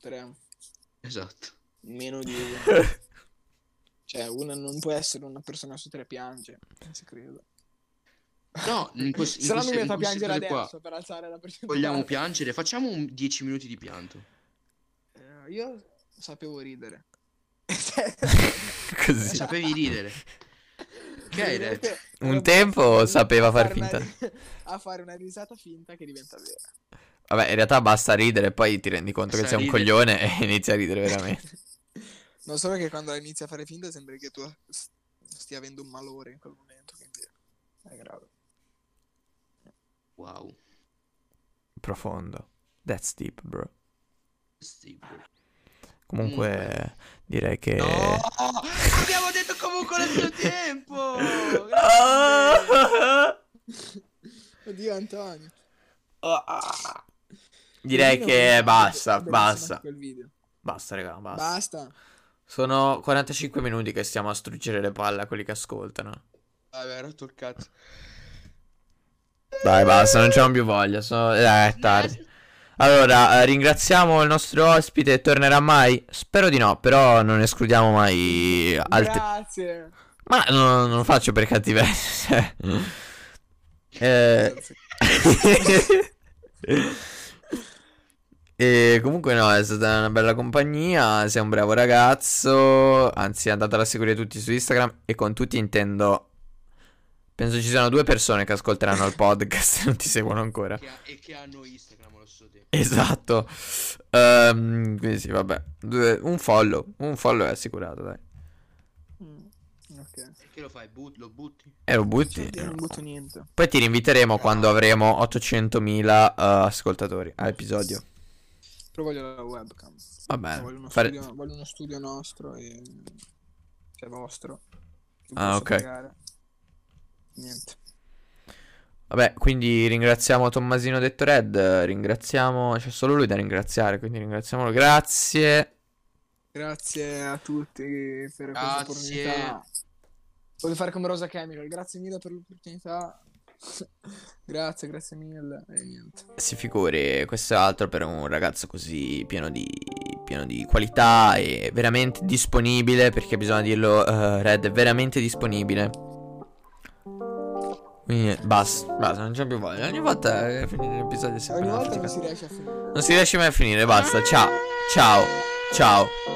Speaker 3: Tre.
Speaker 2: Esatto.
Speaker 3: Meno di Cioè, una non può essere una persona su tre piange. Non si crede.
Speaker 2: No, in, quest- in
Speaker 3: Se no mi
Speaker 2: queste- in
Speaker 3: metto a
Speaker 2: queste
Speaker 3: piangere
Speaker 2: cose qua
Speaker 3: adesso per alzare la percentuale.
Speaker 2: vogliamo piangere? Facciamo un 10 minuti di pianto.
Speaker 3: Eh, io sapevo ridere.
Speaker 1: Così.
Speaker 2: Cioè, Sapevi ridere. Che hai detto?
Speaker 1: Un tempo sapeva far
Speaker 3: Fare una
Speaker 1: finta.
Speaker 3: ri- A fare una risata finta che diventa vera.
Speaker 1: Vabbè, in realtà basta ridere, poi ti rendi conto che
Speaker 2: Basta
Speaker 1: sei un
Speaker 2: ridere.
Speaker 1: coglione e inizi a ridere veramente.
Speaker 3: Non solo che quando inizi a fare finta sembra che tu s- stia avendo un malore in quel momento, quindi è grave.
Speaker 2: Wow.
Speaker 1: Profondo. That's deep, bro.
Speaker 2: Sì, bro.
Speaker 1: Comunque, direi che...
Speaker 2: Mm. No! Abbiamo detto comunque nel suo tempo! Grande!
Speaker 1: Ah!
Speaker 3: Oddio Antonio.
Speaker 1: Direi
Speaker 3: Oddio,
Speaker 1: che
Speaker 3: Antonio,
Speaker 1: basta,
Speaker 3: bellissimo
Speaker 1: basta.
Speaker 3: quel video.
Speaker 1: Basta, raga, basta.
Speaker 3: Basta.
Speaker 1: Sono 45 minuti che stiamo a struggere le palle a quelli che ascoltano.
Speaker 2: Vabbè, hai rotto il cazzo.
Speaker 1: Dai, basta, non c'ho più voglia. Sono... eh, è tardi. Allora, eh, ringraziamo il nostro ospite. Tornerà mai? Spero di no, però non escludiamo mai altri.
Speaker 3: Grazie.
Speaker 1: Ma no, non lo faccio per cattiveria. cioè. Eh, E comunque no, è stata una bella compagnia, sei un bravo ragazzo, anzi andatela a seguire tutti su Instagram e con tutti intendo... Penso ci siano due persone che ascolteranno il podcast e non ti seguono ancora.
Speaker 2: Che ha- e che hanno Instagram allo stesso tempo.
Speaker 1: Esatto. Ehm, quindi sì, vabbè. Due- un follow, un follow è assicurato, dai.
Speaker 3: Mm, Ok.
Speaker 2: E che lo fai? But- lo butti?
Speaker 1: E lo butti.
Speaker 3: Sì, non butto niente.
Speaker 1: Poi ti rinviteremo quando avremo 800.000 eh, ascoltatori a episodio.
Speaker 3: Però voglio la webcam.
Speaker 1: Va bene,
Speaker 3: Cioè, voglio, uno
Speaker 1: fare-
Speaker 3: studio, voglio uno studio nostro e... Cioè vostro. Che
Speaker 1: Ah,
Speaker 3: posso
Speaker 1: ok.
Speaker 3: pagare. Niente.
Speaker 1: Vabbè, quindi ringraziamo Tommasino detto Red, eh, ringraziamo, c'è solo lui da ringraziare, quindi ringraziamolo. Grazie.
Speaker 3: Grazie a tutti per questa
Speaker 2: Grazie.
Speaker 3: opportunità. Voglio fare come Rosa Chemical. Grazie mille per l'opportunità. grazie, grazie mille. E niente.
Speaker 1: Si figuri, questo è altro per un ragazzo così pieno di, pieno di qualità e veramente disponibile, perché bisogna dirlo, eh, Red è veramente disponibile. Quindi eh, basta, basta, non c'è più voglia. Ogni volta che finisce l'episodio è sempre
Speaker 3: Ogni
Speaker 1: una
Speaker 3: volta non
Speaker 1: fatica.
Speaker 3: si riesce a finire.
Speaker 1: Non si riesce mai a finire, basta. Ciao, ciao, ciao.